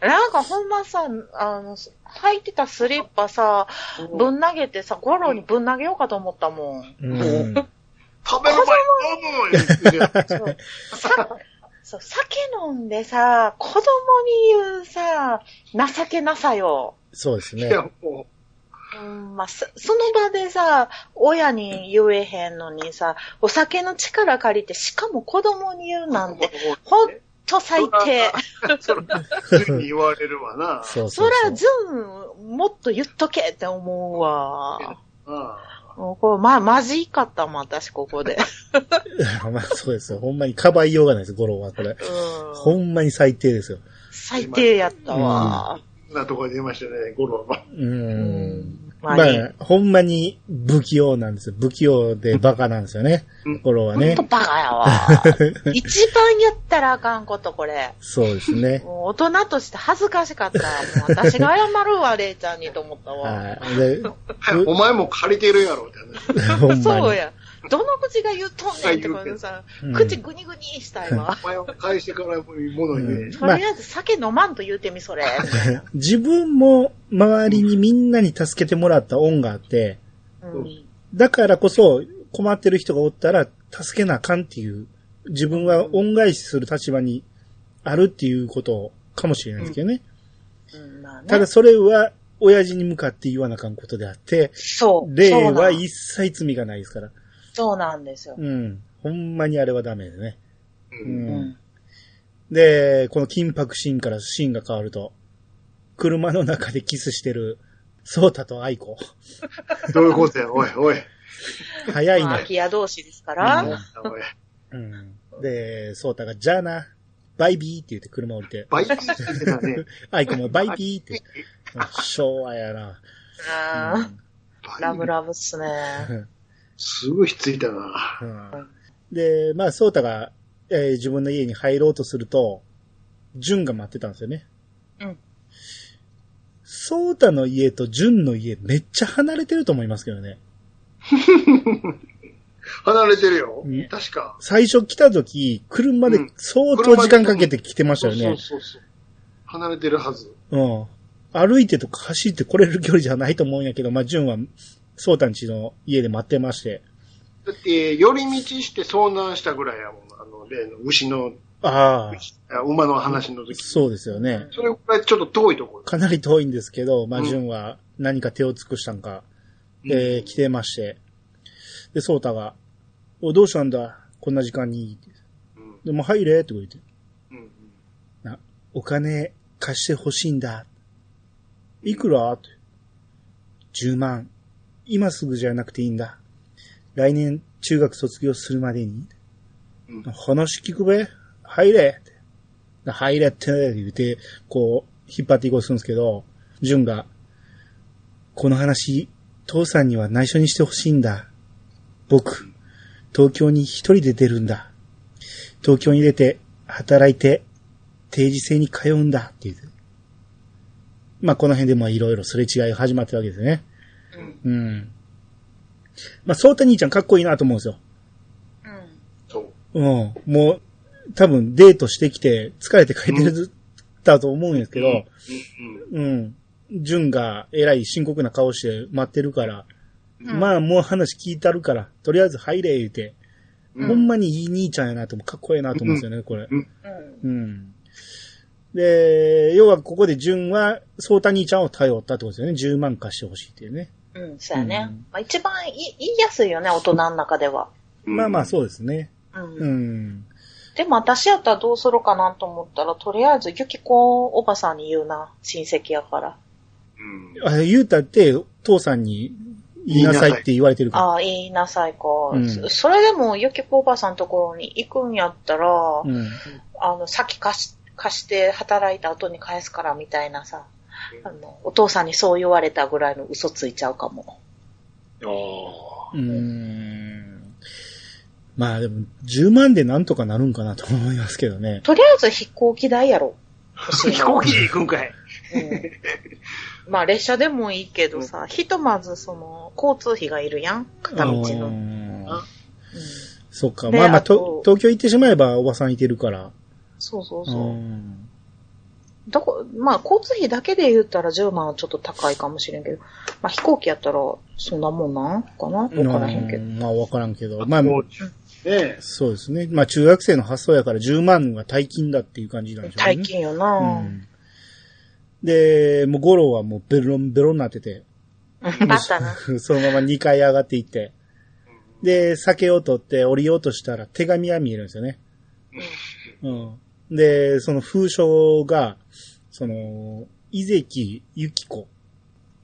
C: なんかほんまさ、あの、履いてたスリッパさ、ぶん投げてさ、ゴロにぶん投げようかと思った
A: う
C: もん。
A: ん、
B: 食べる前に飲む言ってたよ
C: そうさそう酒飲んでさ、子供に言うさ、情けなさよ。
A: そうです
B: い
A: ね。
B: や、も
C: うん、まあ、そその場でさ、親に言えへんのにさ、お酒の力借りて、しかも子供に言う
B: う。
C: な んて、ほ
B: ほ
C: んと最低。
B: そら、普通に言われるわな。
A: そう
C: そ
A: そうそ
C: ら、
A: う。
C: ズン、もっと言っとけって思うわ。
B: あ
C: もうこれ、ま、まじいかったもん、私、ここで。
A: まあそうですよ。ほんまにかばいようがないです、ゴロはこれ。
C: う
A: ほ
C: ん。
A: んまに最低ですよ。
C: 最低やったわ。
B: あ。なとこで出ましたね、ゴロは。
A: うーん。
C: ま
A: ま
C: あね、
A: あ、ほんまに不器用なんですよ。不器用でバカなんですよね
B: うん。
A: 頃は
C: ほん
A: ね
C: と。バカや わ。一番やったらあかんこと、これ。
A: そうですね。
C: もう大人として恥ずかしかったわ。もう私が謝る わ、レイちゃんにと思ったわ。
A: はい。で、
B: お前も借りてるやろ、みたいな。
A: ほんま
C: そう
A: に。
C: や。どの口が言うとんねんってことさ、
A: うん
C: 口ぐにぐにしたいわ。
B: お前を返してからもう物言え。
A: うん
C: とりあえず酒飲まんと言うてみ、そ れ。みたいな
A: 自分も周りにみんなに助けてもらった恩があって、
C: うん
A: だからこそ困ってる人がおったら助けなあかんっていう、自分は恩返しする立場にあるっていうことかもしれないですけどね。
C: うんまあね
A: ただそれは親父に向かって言わなあかんことであって、
C: そう。
A: 例
C: そうな
A: は
C: ん
A: 一切罪がないですから。
C: そうなんですよ。
A: うん。ほんまにあれはダメですね。う
B: うん
A: ん。
C: うん
A: で、この緊迫シーンからシーンが変わると、車の中でキスしてる、ソータとア イコ。
B: どういうことや、おい、おい。
A: 早い
C: まあ、
A: な
C: 空。き家同士ですから、
A: うん
B: おい
A: うん。で、ソータが、じゃあな、バイビーって言って車降りて、
B: バイキーってたね。
A: アイコもバイビーって。うん昭和やな。
C: あーラブ
B: バイ
C: ラブっすね。
B: すぐひっついたな。
A: うんで、まあ、ソータが、えー自分の家に入ろうとすると、ジュンが待ってたんですよね。
C: うん。
A: ソータの家とジュンの家めっちゃ離れてると思いますけどね。
B: 離れてるよ
A: うん。
B: 確か。
A: 最初来た時、車で
B: うん
A: 相当時間かけて来てました
B: そう
A: よ
B: そ
A: ね
B: う。そうそう。離れてるはず。
A: うん。歩いてとか走って来れる距離じゃないと思うんやけど、まあ、ジュンは、ソータんちの家で待ってまして。
B: だって、寄り道して遭難したぐらいやもん。あの、例の牛の、
A: ああ、
B: あ馬の話の時。
A: そうですよね。
B: それぐらいちょっと遠いところ。
A: かなり遠いんですけど、まあ、
B: うん
A: ジュンは何か手を尽くしたんか、
B: うん
A: えー来てまして。で、ソータが、お、どうしたんだこんな時間に。
B: うん
A: でも、入れって言って。
B: うん
A: お金貸してほしいんだ。いくらって。10万。今すぐじゃなくていいんだ。来年中学卒業するまでに。
B: うん
A: 話聞くべ。入れ。で入れって言って、こう、引っ張っていこうとするんですけど、ジュンが、この話、父さんには内緒にしてほしいんだ。僕、東京に一人で出るんだ。東京に出て、働いて、定時制に通うんだっていう。まあ、この辺でもいろいろすれ違いが始まってるわけですね。
C: うん。
A: うん。まあ、ソータ兄ちゃんかっこいいなと思うんですよ。
C: うん。
B: そう。
A: うん。もう、多分デートしてきて疲れて帰ってるだと思うんですけど、
B: うん
A: うん。ジュンがえらい深刻な顔して待ってるから、
C: うん
A: まあもう話聞いたるから、とりあえず入れ言うて、
B: うん
A: ほんまにいい兄ちゃんやなと思う、かっこええなと思うんですよね、これ。
C: うん。
A: うん。で、要はここで純は、ソータ兄ちゃんを頼ったってことですよね。10万貸してほしいっていうね。
C: うん、そうやね。
A: うん
C: まあ、一番言い言いやすいよね、大人の中では。
B: うん。
A: まあまあ
B: う
A: そうですね。
C: うん。
A: うん。
C: でも私やったらどうするかなと思ったら、とりあえずゆきこおばさんに言うな、親戚やから。
B: ん。
A: あれ、言うたって、父さんに言いなさいって言われてるか
C: ああ、言いなさいか。
A: うん
C: そそれでもゆきこおばさんのところに行くんやったら、
A: ら。うん。
C: あの、先貸し、貸して働いた後に返すからみたいなさ、あの、お父さんにそう言われたぐらいの嘘ついちゃうかも。
B: あ
A: うん。まあでも、10万でなんとかなるんかなと思いますけどね。
C: とりあえず飛行機代やろ。
B: あ。飛行機で行くんかい。
C: うん、まあ列車でもいいけどさ、ひとまずその、交通費がいるやん片道の。
A: う
C: うん
A: ん
B: あ
A: そっか。
C: で
A: まあまあ
C: あと
A: と、東京行ってしまえばおばさんいてるから。
C: そうそう
A: う
C: そう。
A: ん。
C: どこ、まあ交通費だけで言ったら10万はちょっと高いかもしれんけど、まあ飛行機やったらそんなもんなんかなわからへんけど。
A: うんまあわからんけど。まあ、
B: もうねえ。
A: そうですね。まあ中学生の発想やから10万は大金だっていう感じなんでしょうね。
C: 大金よな、
A: うん。で、もうゴロはもうベロンベロンになってて、
C: だっ たな。
A: そのまま2階上がっていって、で、酒を取って降りようとしたら手紙が見えるんですよね。うん。で、その封書が、その、伊関ゆき子。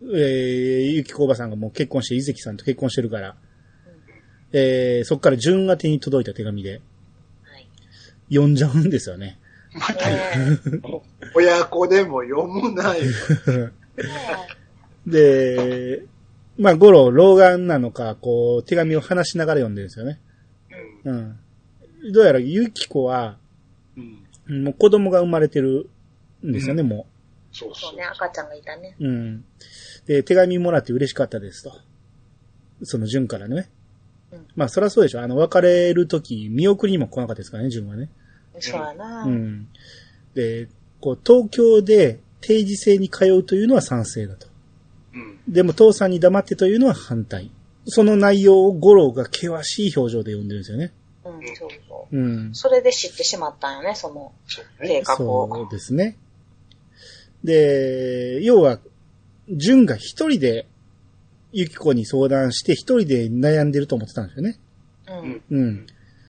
A: えー、ゆき子おばさんがもう結婚して、伊関さんと結婚してるから、えー、そっから順が手に届いた手紙で、
C: はい
A: 読んじゃうんですよね。
C: ね
B: 親子でも読むなよ。
A: で、まあ、ゴロ、老眼なのか、こう、手紙を話しながら読んでるんですよね。うん。どうやら、ゆきこは、
B: うん。
A: もう子供が生まれてるんですよね、も
B: そうそ
C: そう
B: う。
C: ね、赤ちゃんがいたね。
A: う。うん。で、手紙もらって嬉しかったですと。その、順からね
C: うん。
A: まあ、そりゃそうでしょ。あの、別れるとき、見送りにも来なかったですからね、順はね。
C: そうやな。
A: うん。で、こう、東京で定時制に通うというのは賛成だと。
B: うん。
A: でも父さんに黙ってというのは反対。その内容を五郎が険しい表情で読んでるんですよね。
C: うん、そうそう。
A: うん。
C: それで知ってしまったんよね、その
B: そうね。
C: 計画
A: そ
C: を
A: う。ですね。で、要は、純が一人で、ゆき子に相談して一人で悩んでると思ってたんですよね。
C: う
B: うん
C: ん。。
A: うん。